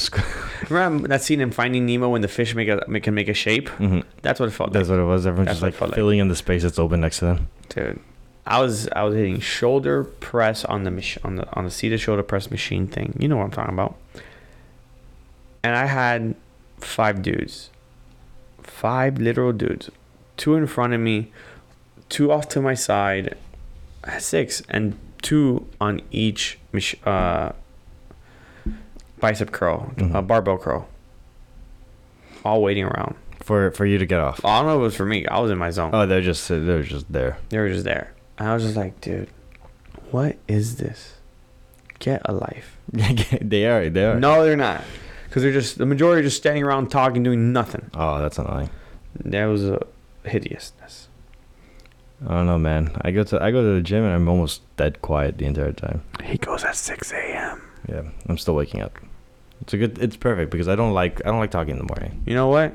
Remember that scene in Finding Nemo when the fish make a make, can make a shape? Mhm. That's what it felt That's what it was. Everyone's That's just what like it felt like. filling in the space that's open next to them. like, dude. I was I was hitting shoulder press on the mach- on the on the seated shoulder press machine thing. You know what I'm talking about. And I had five dudes, five literal dudes, two in front of me, two off to my side, six and two on each mach- uh, bicep curl, Mhm. uh, barbell curl, all waiting around. for for you to get off. I don't know if it was for me. I was in my zone. Oh, they're just they're just there. They were just there. And I was just like, dude, what is this? Get a life. they are they are. No, they're not. Because they're just, the majority are just standing around talking, doing nothing. Oh, that's annoying. That was a hideousness. I don't know, man. I go to I go to the gym and I'm almost dead quiet the entire time. He goes at 6 a.m. Yeah, I'm still waking up. It's a good. It's perfect because I don't like I don't like talking in the morning. You know what?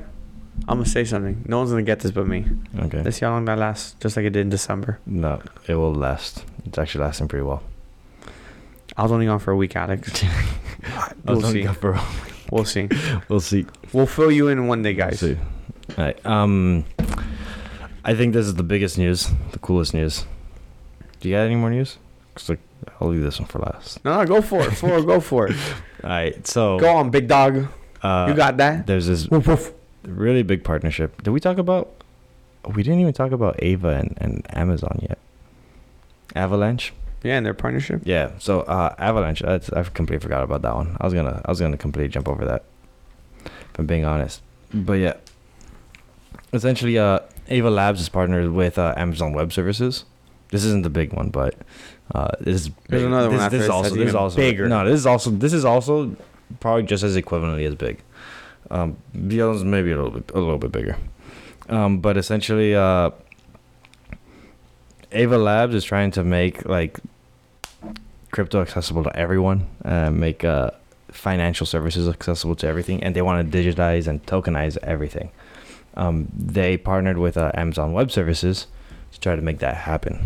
I'm going to say something. No one's going to get this but me. Okay. Let's see how long that lasts, just like it did in December. No, it will last. It's actually lasting pretty well. I was only gone for a week, Alex. we'll, Don't see. go for- we'll see. we'll see. We'll fill you in one day, guys. We'll see. All right. Um, I think this is the biggest news, the coolest news. Do you got any more news? 'Cause, like, I'll leave this one for last. No, no, go for it. For go for it. All right. So Go on, big dog. uh, you got that? There's this Woof, woof. really big partnership. Did we talk about? We didn't even talk about Ava and, and Amazon yet. Avalanche. Yeah, and their partnership. Yeah. So uh, Avalanche. That's, I've completely forgot about that one. I was gonna. I was gonna completely jump over that. If I'm being honest. But yeah. Essentially, uh, Ava Labs is partnered with uh, Amazon Web Services. This isn't the big one, but uh, this is There's big. another one this, after This is this also that's this is even also bigger. No, this is also this is also probably just as equivalently as big. Um, the others maybe a little bit a little bit bigger, um, but essentially, uh, Ava Labs is trying to make like crypto accessible to everyone, uh, make uh, financial services accessible to everything, and they want to digitize and tokenize everything. Um, they partnered with uh, Amazon Web Services to try to make that happen.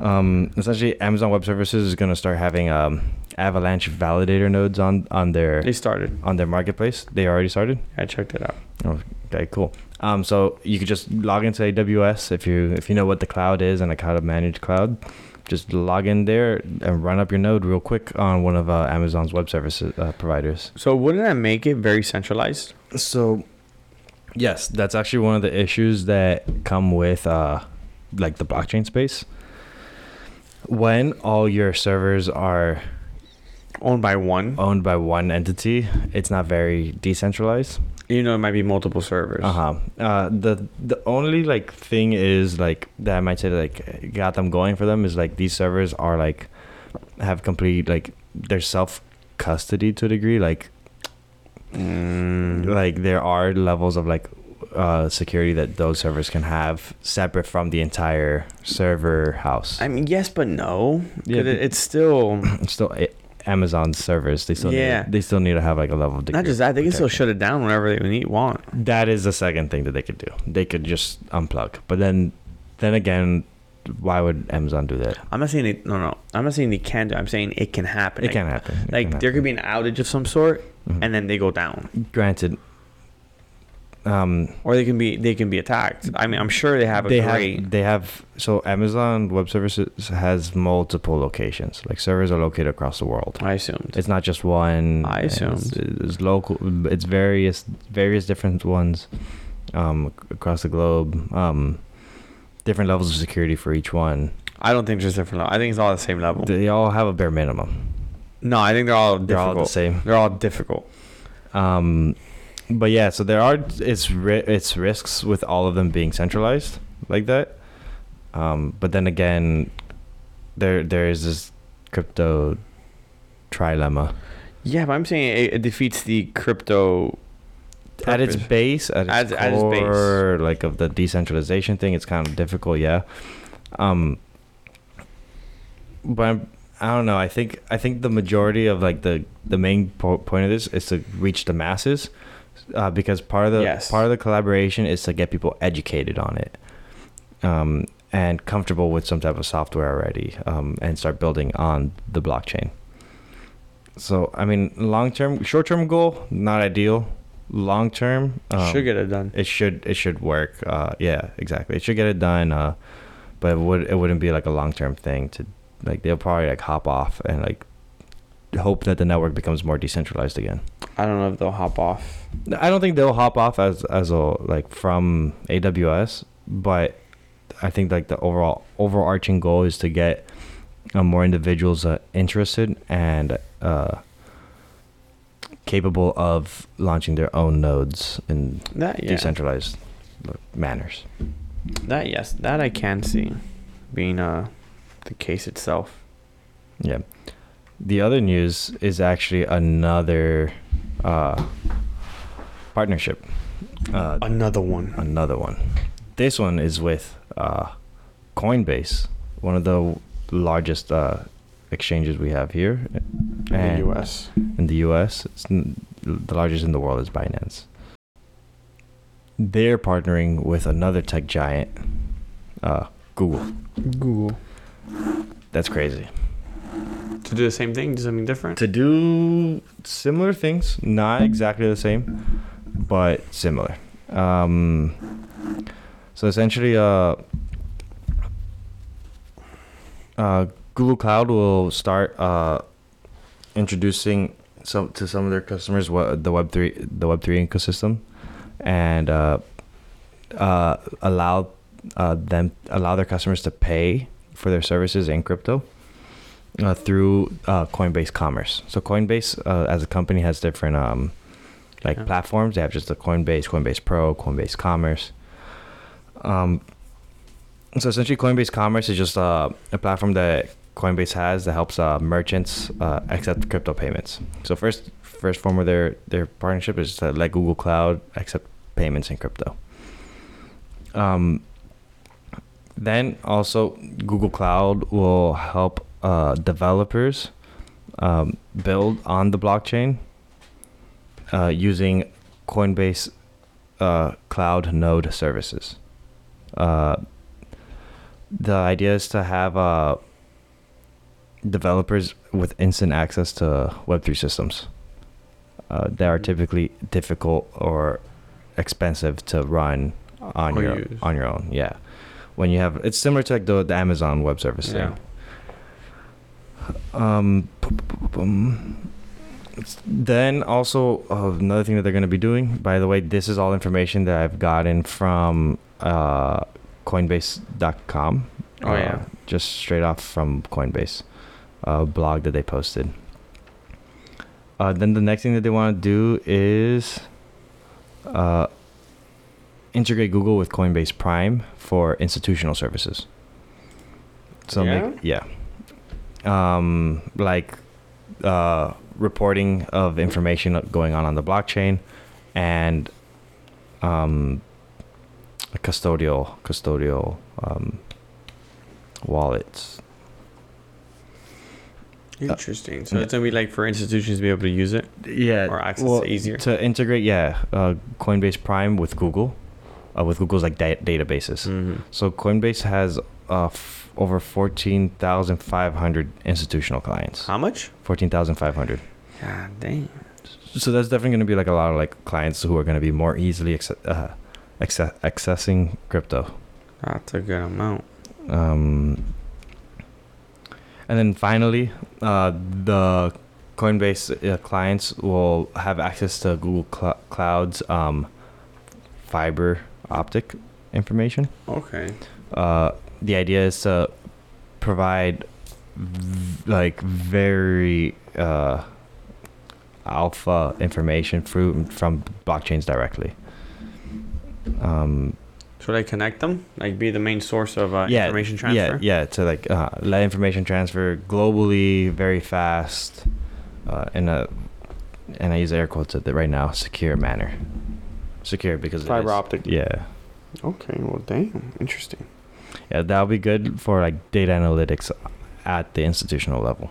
Um, essentially, Amazon Web Services is going to start having um, Avalanche validator nodes on on their They started. on their marketplace. They already started. I checked it out. Okay, cool. Um, so you could just log into AWS if you if you know what the cloud is and like how to manage cloud. Just log in there and run up your node real quick on one of uh, Amazon's web services uh, providers. So wouldn't that make it very centralized? So, yes, that's actually one of the issues that come with uh, like the blockchain space. When all your servers are Owned by one. owned by one entity, it's not very decentralized. You know, it might be multiple servers. Uh-huh. Uh The the only like thing is like that I might say like got them going for them is like these servers are like have complete like their self custody to a degree like Mm. like there are levels of like uh security that those servers can have separate from the entire server house. I mean, yes, but no. Yeah, Yeah, but- it's still still a- Amazon servers they still Yeah. need, they still need to have like a level not of degree- just that. They can still protection. shut it down whenever they need want. that is the second thing that they could do. They could just unplug. But then, then again, why would Amazon do that? I'm not saying it. No, no. I'm not saying they can do. it. I'm saying it can happen. It can't happen. It Like can't there could happen. be an outage of some sort, Mhm. and then they go down, granted. Um, or they can be they can be attacked. I mean, I'm sure they have a they great. have they have so Amazon Web Services has multiple locations. Like servers are located across the world. I assumed. It's not just one. I It's, assumed. it's local. It's various various different ones um, ac- across the globe. Um, different levels of security for each one. I don't think there's different. Level. I think it's all the same level. They all have a bare minimum. no, I think they're all They're all the difficult. same. They're all difficult. Um, but yeah, so there are it's ri- it's risks with all of them being centralized like that. Um, but then again, there there is this crypto trilemma Yeah, but I'm saying it, it defeats the crypto. at its purpose. base, at At- its at its base. core, like of the decentralization thing. It's kind of difficult, yeah. Um, but I'm, I don't know. I think I think the majority of like the the main po- point of this is to reach the masses, uh, because part of the Yes. part of the collaboration is to get people educated on it, um, and comfortable with some type of software already, um, and start building on the blockchain. So I mean, long term, short term goal, not ideal. Long term, um, should get it done. it should it should work. Uh, yeah, exactly. It should get it done. Uh, but it would it wouldn't be like a long term thing to like they'll probably like hop off and like hope that the network becomes more decentralized again. I don't know if they'll hop off. I don't think they'll hop off as as a like from AWS, but I think like the overall overarching goal is to get uh, more individuals uh, interested and uh, capable of launching their own nodes in That yeah. decentralized uh, manners. That yes, that I can see being uh the case itself. Yeah. The other news is actually another uh, partnership. Uh, Another one. another one. This one is with uh, Coinbase, one of the largest uh, exchanges we have here In And- the US. in the US. It's n- the largest in the world is Binance. They're partnering with another tech giant, uh, Google. Google. That's crazy. To do the same thing, do something different. To do similar things, not exactly the same, but similar. Um, so essentially, uh, uh, Google Cloud will start uh, introducing some to some of their customers what the Web three the Web three ecosystem, and uh, uh, allow uh, them allow their customers to pay for their services in crypto uh, through uh, Coinbase Commerce. So Coinbase uh, as a company has different um, like Yeah. platforms. They have just the Coinbase, Coinbase Pro, Coinbase Commerce. Um, so essentially, Coinbase Commerce is just uh, a platform that Coinbase has that helps uh, merchants uh, accept crypto payments. So first, first form of their their partnership is to let Google Cloud accept payments in crypto. Um, then also Google Cloud will help uh, developers um, build on the blockchain uh, using Coinbase uh, Cloud Node services. Uh, the idea is to have uh, developers with instant access to Web3 systems uh, that Mm-hmm. are typically difficult or expensive to run on Or your use. on your own. Yeah, when you have it's similar to like the, the Amazon Web Service thing. Yeah. Um, p- p- p- um, then also uh, another thing that they're going to be doing. By the way, this is all information that I've gotten from uh, Coinbase.com. Oh, uh, yeah. just straight off from Coinbase, uh, blog that they posted. Uh, then the next thing that they want to do is uh, integrate Google with Coinbase Prime for institutional services. So yeah, make, yeah. Um, like uh, reporting of information going on on the blockchain, and um, a custodial custodial um, wallets. Uh, Interesting. So it's gonna be like for institutions to be able to use it Yeah, or access well, it easier. to integrate. Yeah, uh, Coinbase Prime with Google, uh, with Google's like da- databases. Mm-hmm. So Coinbase has uh, f- over fourteen thousand five hundred institutional clients. How much? Fourteen thousand five hundred. God dang. So that's definitely going to be like a lot of like clients who are going to be more easily acce- uh, acce- accessing crypto. That's a good amount. Um, and then finally, uh, the Coinbase uh, clients will have access to Google Cl- Cloud's um, fiber optic information. Okay. Uh, the idea is to provide v- like very uh, alpha information through from blockchains directly. Um, Should I connect them? Like be the main source of uh, Yeah, information yeah, transfer? yeah, to like uh, let information transfer globally very fast uh, in a and I use air quotes at the right now secure manner. Secure because it Fiber is- optic. Yeah. Okay. Well, damn. Interesting. Yeah, that'll be good for like data analytics at the institutional level.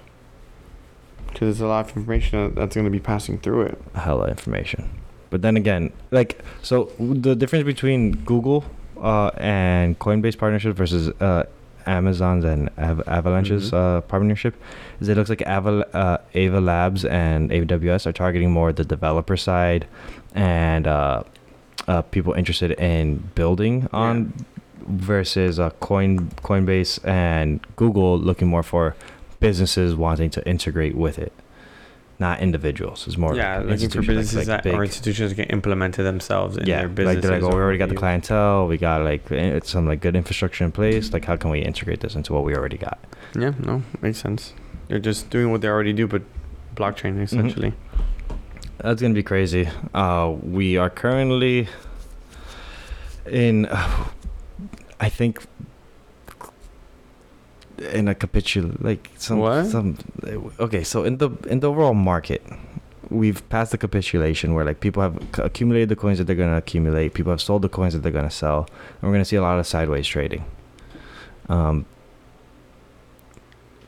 Because there's a lot of information that- that's going to be passing through it. Hella information. But then again, like so the difference between Google uh, and Coinbase partnership versus uh, Amazon's and Av- Avalanche's uh, partnership is it looks like Aval- uh, Ava Labs and AWS are targeting more the developer side and uh, uh, people interested in building on versus uh, Coin Coinbase and Google looking more for businesses wanting to integrate with it not individuals. It's more yeah, like looking for institutions, businesses like, like that big- or institutions can implement it themselves in yeah, their business. like they're like, oh, we already got the clientele. We got like eh, some like good infrastructure in place. Like, how can we integrate this into what we already got? Yeah, no, makes sense. They're just doing what they already do, but blockchain Mm-hmm. essentially. That's gonna be crazy. Uh, we are currently in, I think, in a capitul like some What? some. Okay, so in the in the overall market, we've passed the capitulation where like people have c- accumulated the coins that they're gonna accumulate. People have sold the coins that they're gonna sell, and we're gonna see a lot of sideways trading. Um,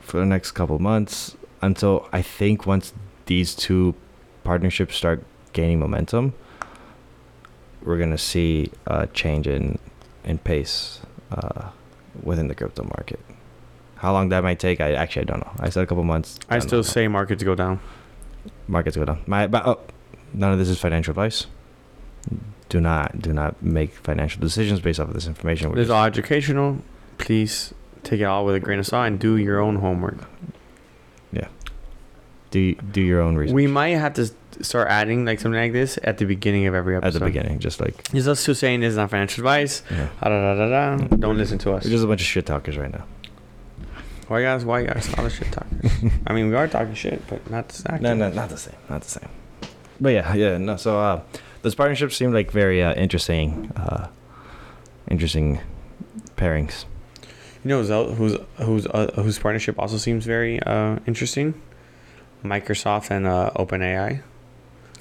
for the next couple of months until I think once these two partnerships start gaining momentum, we're gonna see a change in in pace uh, within the crypto market. How long that might take, I actually I don't know. I said a couple months. I don't still know. say markets go down. markets go down. My but oh, none of this is financial advice. Do not do not make financial decisions based off of this information. We're This is just- all educational. Please take it all with a grain of salt and do your own homework. do do your own research We might have to s- start adding like something like this at the beginning of every episode. at the beginning. Just like It's us two saying this is not financial advice. you know, Ah, da, da, da, Mm. da. Don't listen to us. we're just a bunch of shit talkers right now. why guys? Why guys? All the shit talkers. I mean, we are talking shit, but not this active. No, no, not the same. Not the same. But yeah, yeah, no. So uh, those partnerships seem like very uh, interesting, uh, interesting pairings. You know who's el- who's who's uh, whose partnership also seems very uh, interesting? Microsoft and uh, OpenAI.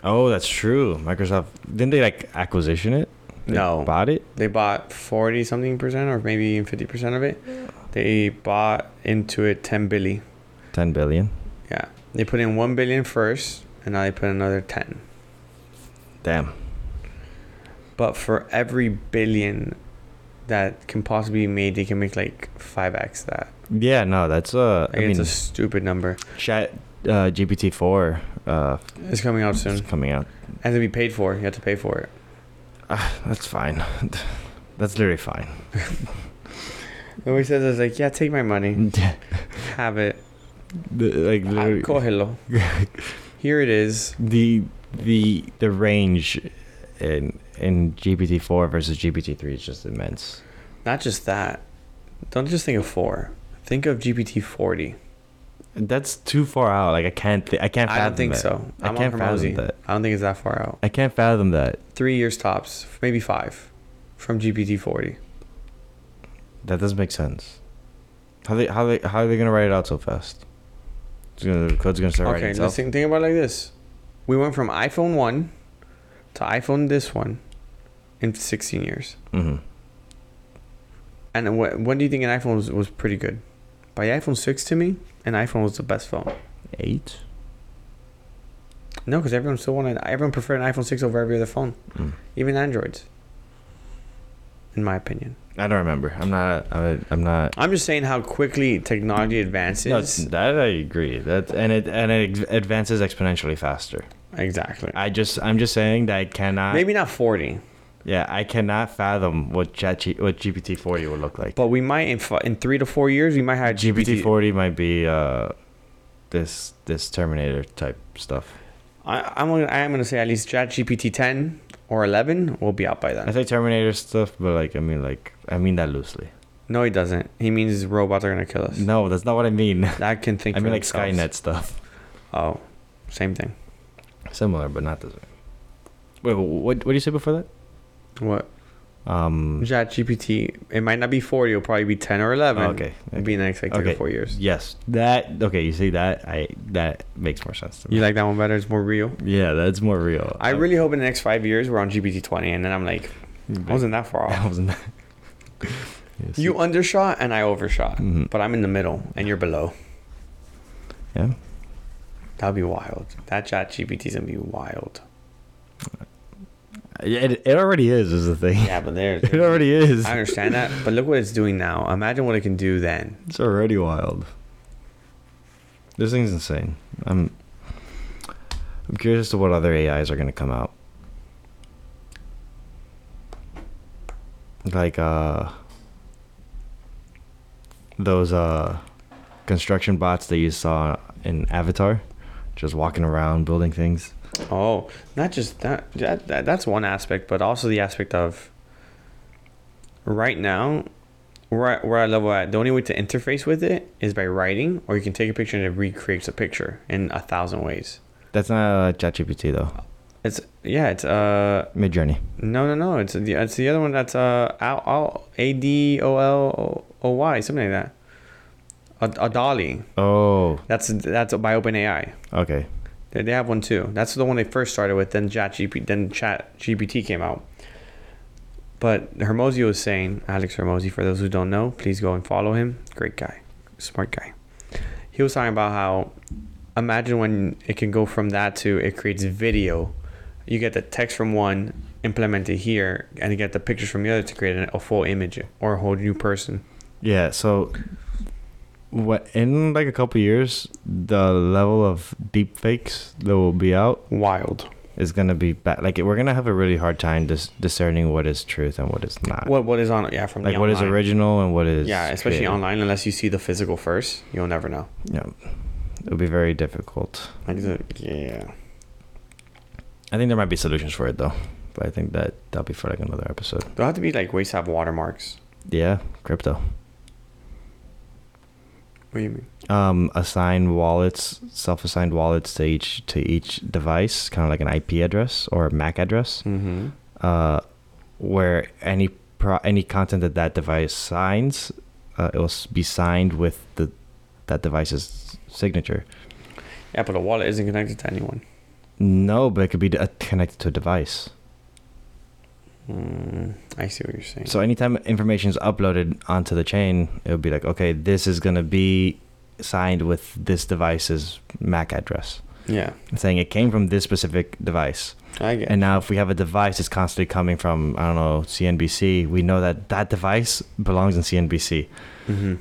Oh, that's true. Microsoft didn't they like acquisition it? They No. bought it. They bought forty something percent, or maybe even fifty percent of it. They bought into it ten billion. Ten billion. Yeah, they put in one billion first, and now they put another ten. Damn. But for every billion that can possibly be made, they can make like five x that. Yeah, no, that's uh. Like, I it's mean, a stupid number. Chat uh, GPT four uh It's coming out is soon, coming out. and to be paid for. You have to pay for it. That's fine. that's literally fine. Nobody says it's like, yeah, take my money, The- have it. like literally- Cógelo. Here it is. the the the range in in GPT four versus GPT three is just immense. Not just that. Don't just think of four. Think of GPT forty. That's too far out. Like I can't th- I can't. I Fathom don't think that. so. I I'm on can't fathom Hormozy. that. I don't think it's that far out. I can't fathom that. Three years tops, maybe five, from GPT forty. That doesn't make sense. How they how they how are they gonna write it out so fast? It's gonna, the code's gonna start writing Okay, itself. let's think, think about it like this. We went from iPhone one to iPhone this one in sixteen years. hmm And wh- when do you think an iPhone was, was pretty good? By iPhone six to me, an iPhone was the best phone. Eight. No, because everyone still wanted. Everyone preferred an iPhone six over every other phone, Mm. even Androids. In my opinion, I don't remember. I'm not. I, I'm not. I'm just saying how quickly technology No, it's- advances. that I agree. That and it and it ex- advances exponentially faster. exactly. I just I'm just saying that I cannot. Maybe not forty, Yeah, I cannot fathom what Chat G- what GPT forty would look like. but we might in, fi- in three to four years we might have GPT GPT. forty might be uh, this this Terminator type stuff. I, I'm gonna, I'm gonna say at least Chat GPT ten or eleven will be out by I then. say Terminator stuff, but like I mean like I mean that loosely. No, he doesn't. He means robots are gonna kill us. No, that's not what I mean. That can think. I for mean like themselves. Skynet stuff. Oh, same thing. Similar, but not the same. Wait, wh- what what did you say before that? What? Um. Chat GPT. It might not be forty. It'll probably be ten or eleven. oh, okay. It'd be in the next like three Okay. to four years. Yes, that okay. You see that? I that makes more sense to me. You like that one better? It's more real. Yeah, that's more real. I really hope in the next five years we're on GPT 20, and then I'm like, I wasn't that far I off. wasn't. Yes. You undershot and I overshot, Mhm. but I'm in the middle and you're below. Yeah. That would be wild. That chat GPT's gonna be wild. It, it already is, is the thing. Yeah, but there's. It already is. I understand that, but look what it's doing now. Imagine what it can do then. It's already wild. This thing's insane. I'm I'm curious as to what other AIs are gonna come out. Like uh those uh construction bots that you saw in Avatar. just walking around building things. Oh, not just that, that, that that's one aspect, but also the aspect of right now we're at, we're at a level at the only way to interface with it is by writing, or you can take a picture and it recreates a picture in a thousand ways. That's not uh, ChatGPT though. It's yeah, it's uh Mid Journey. no no no, it's the it's the other one that's uh Al- Al- A D O L O Y something like that. A, a Dolly. Oh, That's that's by OpenAI. okay. They, they have one too. That's the one they first started with. Then Chat GP, then Chat GPT came out. But Hermosi was saying, Alex Hermosi, for those who don't know, please go and follow him. Great guy, smart guy. He was talking about how imagine when it can go from that to it creates video. You get the text from one, implement it here, and you get the pictures from the other to create an- a full image or a whole new person. Yeah. So, what in like a couple years, the level of deep fakes that will be out Wild. is gonna be bad. Like we're gonna have a really hard time dis- discerning what is truth and what is not. What what is on? Yeah, from like the what is online. original and what is Yeah, especially created. online. Unless you see the physical first, you'll never know. Yeah, it'll be very difficult. Like the, yeah. I think there might be solutions for it though, but I think that that'll be for like another episode. There'll have to be like waist have watermarks. Yeah, crypto. What do you mean? Um, assign wallets, self-assigned wallets to each to each device, kind of like an IP address or a MAC address, Mm-hmm. uh, where any pro- any content that that device signs, uh, it will s- be signed with the that device's signature. Yeah, but a wallet isn't connected to anyone. No, but it could be d- uh, connected to a device. Mm, I see what you're saying. So anytime information is uploaded onto the chain, it would be like, okay, this is gonna be signed with this device's MAC address, yeah, saying it came from this specific device. I get. And now, if we have a device that's constantly coming from, I don't know, CNBC, we know that that device belongs in CNBC. mm-hmm. and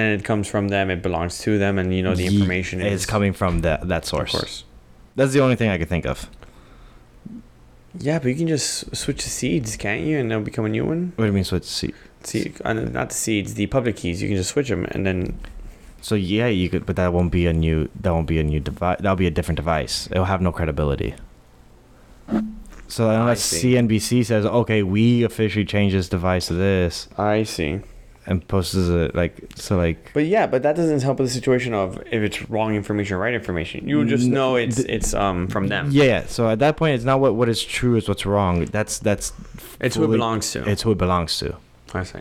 then it comes from them. It belongs to them, and you know the Ye- information It's is coming from that that Of source. course. That's the only thing I could think of. Yeah, but you can just switch the seeds, can't you? And they'll become a new one. What do you mean? So it's Seed, uh, not the seeds, the public keys. You can just switch them, and then so yeah, you could, but that won't be a new that won't be a new device. That'll be a different device. It'll have no credibility. So unless see. CNBC says, okay, we officially changed this device to this I see. and posts it like so, like But yeah, but that doesn't help with the situation of if it's wrong information or right information. You just N- know it's th- it's um from them. yeah, yeah. So at that point, it's not what what is true is what's wrong. That's that's It's who it fully- belongs to. It's who it belongs to. I see.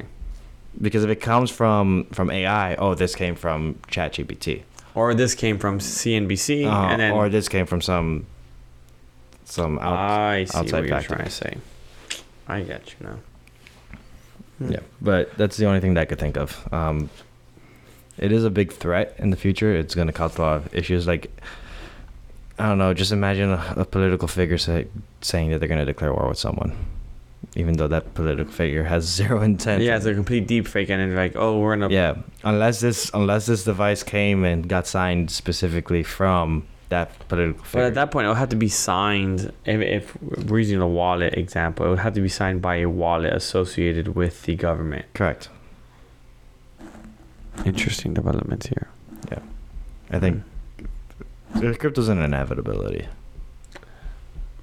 Because if it comes from from AI, oh, this came from ChatGPT, or this came from CNBC, uh, and then or this came from some some out, I see outside what you're factor. trying to say. I get you now. Yeah, but that's the only thing that I could think of. Um, it is a big threat in the future. It's going to cause a lot of issues. Like, I don't know. Just imagine a, a political figure say, saying that they're going to declare war with someone, even though that political figure has zero intent. yeah, it's a complete deep fake, and it's like, oh, we're in a yeah. Unless this, unless this device came and got signed specifically from that political But figure. at that point, it would have to be signed. If, if we're using a wallet example, it would have to be signed by a wallet associated with the government. Correct. Interesting developments here. I think Hmm. crypto's an inevitability.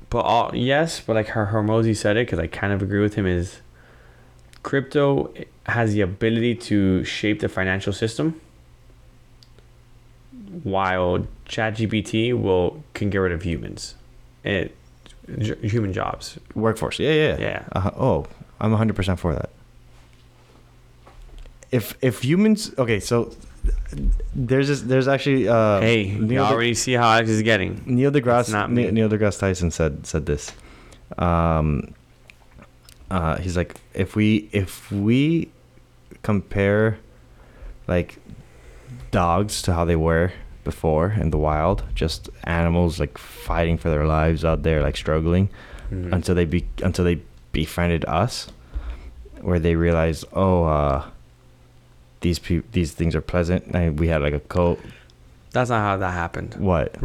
But all, yes, but like her Hermosi said it because I kind of agree with him. Is crypto has the ability to shape the financial system, while ChatGPT will can get rid of humans, it j- human jobs. Workforce. Yeah, yeah. Yeah, Uh, oh, I'm 100% for that. If if humans okay, so there's this, there's actually uh, hey, you Neil, de, already see how Alex is getting. Neil It's deGrasse not me. Neil, Neil deGrasse Tyson said said this. Um, uh, he's like if we if we compare like dogs to how they were before in the wild, just animals like fighting for their lives out there, like struggling Mhm. until they be until they befriended us, where they realized, oh, uh, these peop these things are pleasant. And we had like a co. That's not how that happened. What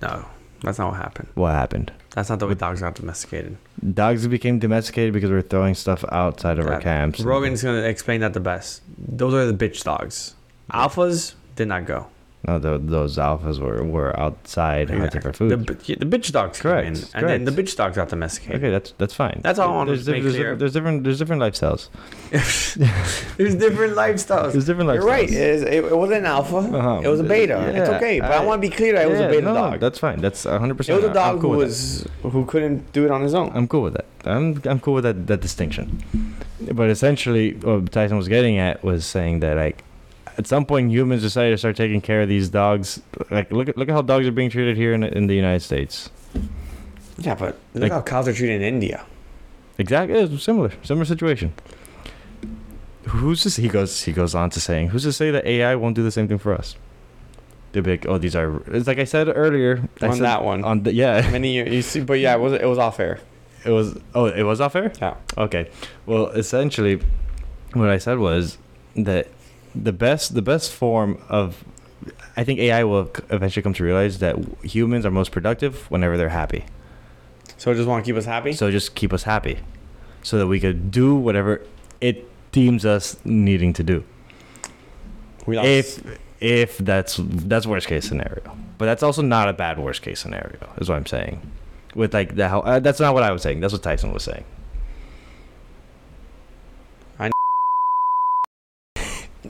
No, that's not what happened. what happened? That's not the way dogs got domesticated. Dogs became domesticated because we were throwing stuff outside of our That- camps. Rogan's gonna explain that the best. Those are the bitch dogs. Alphas did not go. No, tho- those alphas were, were outside hunting for The, food. b- the bitch dogs came Correct, in, and then correct. the bitch dogs got domesticated. okay, that's that's fine. That's all I wanted there's, to make there's, clear. There's different there's different lifestyles. There's different lifestyles. There's different lifestyles. You're right. It, is- it, it wasn't an alpha. Uh-huh. It was a beta. it's Yeah, okay, but I, I- want to be clear. that It was a Yeah, beta no, dog. That's fine. That's 100. It percent was a dog I'm who cool with that. was who couldn't do it on his own. I'm cool with that. I'm I'm cool with that that distinction. But essentially, what Tyson was getting at was saying that like, at some point, humans decided to start taking care of these dogs. Like, look at look at how dogs are being treated here in in the United States. Yeah, but look Like- how cows are treated in India. Exactly, it's similar, similar situation. Who's this? He goes, he goes on to saying, "Who's to say that AI won't do the same thing for us?" They'll be like, "Oh, these are." It's like uh, I said earlier. I on said- that one, On the, yeah, many years. You see, but yeah, it was it was off air. it was. Oh, it was off air. Yeah. Okay. Well, essentially, what I said was that the best, the best form of, I think AI will c- eventually come to realize that humans are most productive whenever they're happy. So I just want to keep us happy. So just keep us happy, so that we could do whatever it deems us needing to do. we lost. If if that's that's worst case scenario, but that's also not a bad worst case scenario, is what I'm saying. With like the how uh, that's not what I was saying. That's what Tyson was saying.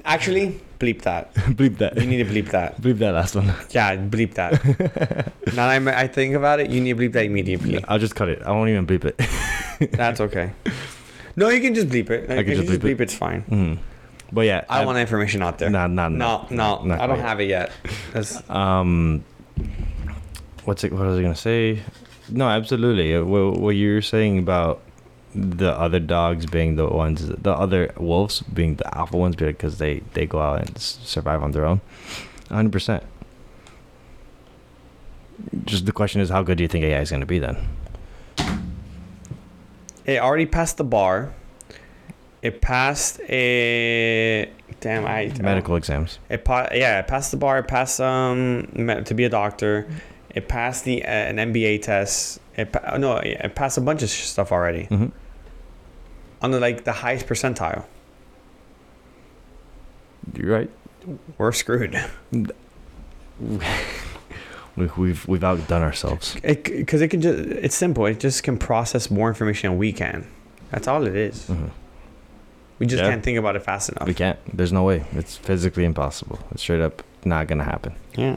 actually bleep that. bleep that. You need to bleep that. Bleep that last one. Yeah, bleep that. now that I'm, I think about it, you need to bleep that immediately. I'll just cut it. I won't even bleep it. That's okay. No, you can just bleep it. I can just bleep, it. It's fine. Mhm. But yeah, Mm. I want information out there. Not, not, No, no, not I don't quite. have it yet. That's, Um, what's it? What was I gonna say? No, absolutely. Uh, What, what you were saying about the other dogs being the ones, the other wolves being the alpha ones, because they they go out and s- survive on their own. One hundred percent. Just the question is, how good do you think AI is gonna be then? it already passed the bar. It passed a damn. I uh, Medical exams. It pa- yeah, it passed the bar. It passed um me- to be a doctor. It passed the uh, an MBA test. It pa- no, it passed a bunch of sh- stuff already Mm-hmm. on the like the highest percentile. You're right. We're screwed We, we've we've outdone ourselves. because it, can just it's simple. It just can process more information than we can. That's all it is. Mhm. We just Yeah. can't think about it fast enough. We can't. There's no way. It's physically impossible. It's straight up not gonna happen. Yeah.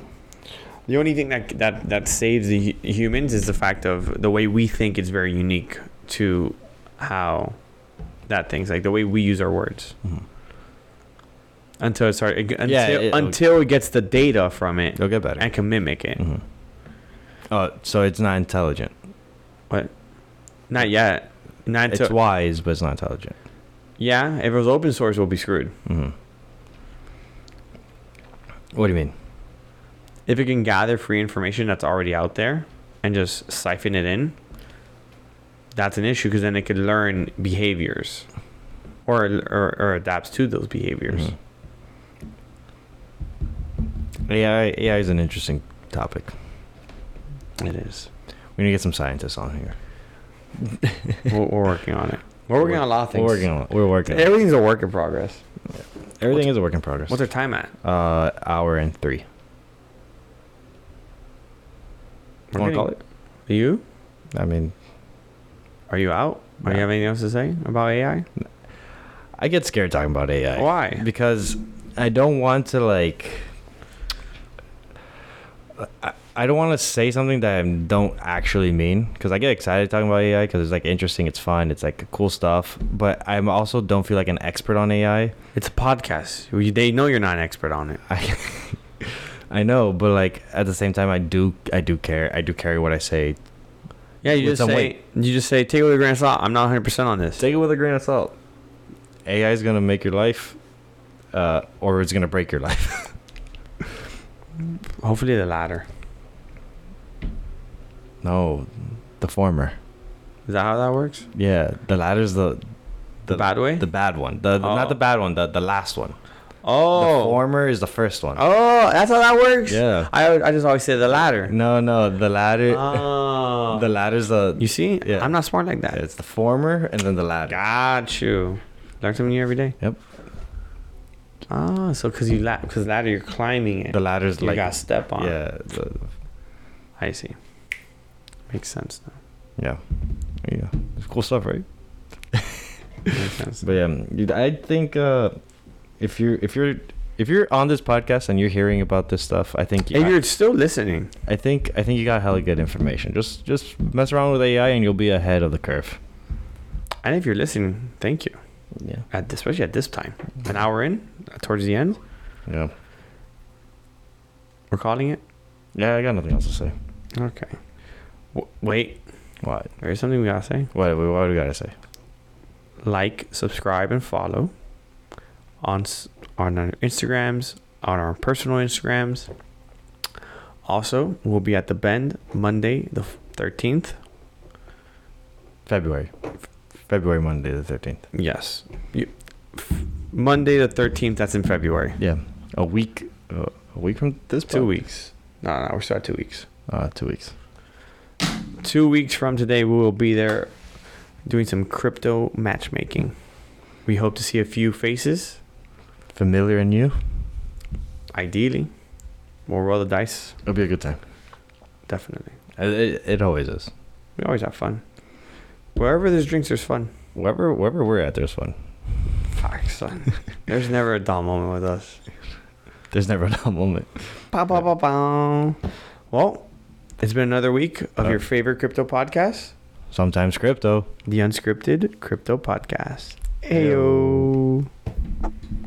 The only thing that that that saves the hu- humans is the fact of the way we think is very unique to how that things like the way we use our words. Mhm. Until it start, it- until, Yeah, it- until it gets the data from it It'll get better. and can mimic it. hmm Oh, so it's not intelligent. Not yet. Not It's until, wise, but it's not intelligent. yeah. If it was open source, we'll be screwed. hmm What do you mean? If it can gather free information that's already out there and just siphon it in, that's an issue because then it could learn behaviors, or or, or adapts to those behaviors. Mhm. AI, AI is an interesting topic. It is. We need to get some scientists on here. We're, we're working on it. We're working on a lot of things. We're working. On, we're working. on it. Everything's a work in progress. Everything is a work in progress. What's our time at? uh, hour and three. We're You want getting- to call it? Are you? I mean, Are you out? Are you No. have anything else to say about AI? I get scared talking about AI. Why? because I don't want to like. I, I don't want to say something that I don't actually mean because I get excited talking about AI because it's like interesting, it's fun, it's like cool stuff. But I am also don't feel like an expert on AI. It's a podcast. We- They know you're not an expert on it. I I know, but like at the same time, I do I do care. I do carry what I say. Yeah, you With just some say weight. you just say take it with a grain of salt. I'm not 100 percent on this. Take it with a grain of salt. AI is gonna make your life, uh, or it's gonna break your life. Hopefully the latter. No, the former. Is that how that works? Yeah, the latter's the The, The- bad way. The bad one. The, the- Oh. not the bad one. The the last one. The oh, former is the first one. oh, that's how that works. Yeah. I al- I just always say the latter. No, no. The latter. Oh. The latter's the. you see? Yeah. I'm not smart like that. It's the former and then the latter. Got you. Learn something new every day. Yep. Ah, so because you la- cause ladder, you're climbing it. The ladder's you like got step on. yeah, the, I see. Makes sense now. yeah, yeah. It's cool stuff, right? Makes sense. But yeah, you- I think uh, if you're if you're if you're on this podcast and you're hearing about this stuff, I think If you're still listening, I think I think you got hella good information. Just just mess around with AI and you'll be ahead of the curve. and if you're listening, thank you. Yeah. At this, especially at this time, an hour in, uh, towards the end, Yeah. we're calling it. Yeah, I got nothing else to say. Okay. W- wait, What? there is something we gotta say. What what, what do we gotta say? Like, subscribe, and follow on s- on our Instagrams, on our personal Instagrams. Also, we'll be at the Bend Monday the thirteenth. February. February Monday the thirteenth. Yes. You, f- Monday the 13th, that's in February. Yeah. A week uh, a week from this Two pod- weeks. No, no, we're still at two weeks. Uh two weeks. Two weeks from today, we will be there doing some crypto matchmaking. We hope to see a few faces, Familiar and new? ideally. We'll roll the dice, It'll be a good time. definitely. It, it, it always is. We always have fun. Wherever there's drinks, there's fun. Wherever wherever we're at, there's fun. Fuck, son. there's never a dull moment with us. There's never a dull moment. Pow, pow, pow, pow. Well, it's been another week of Uh, your favorite crypto podcast. Sometimes crypto. The Unscripted Crypto Podcast. Ayo. Ayo.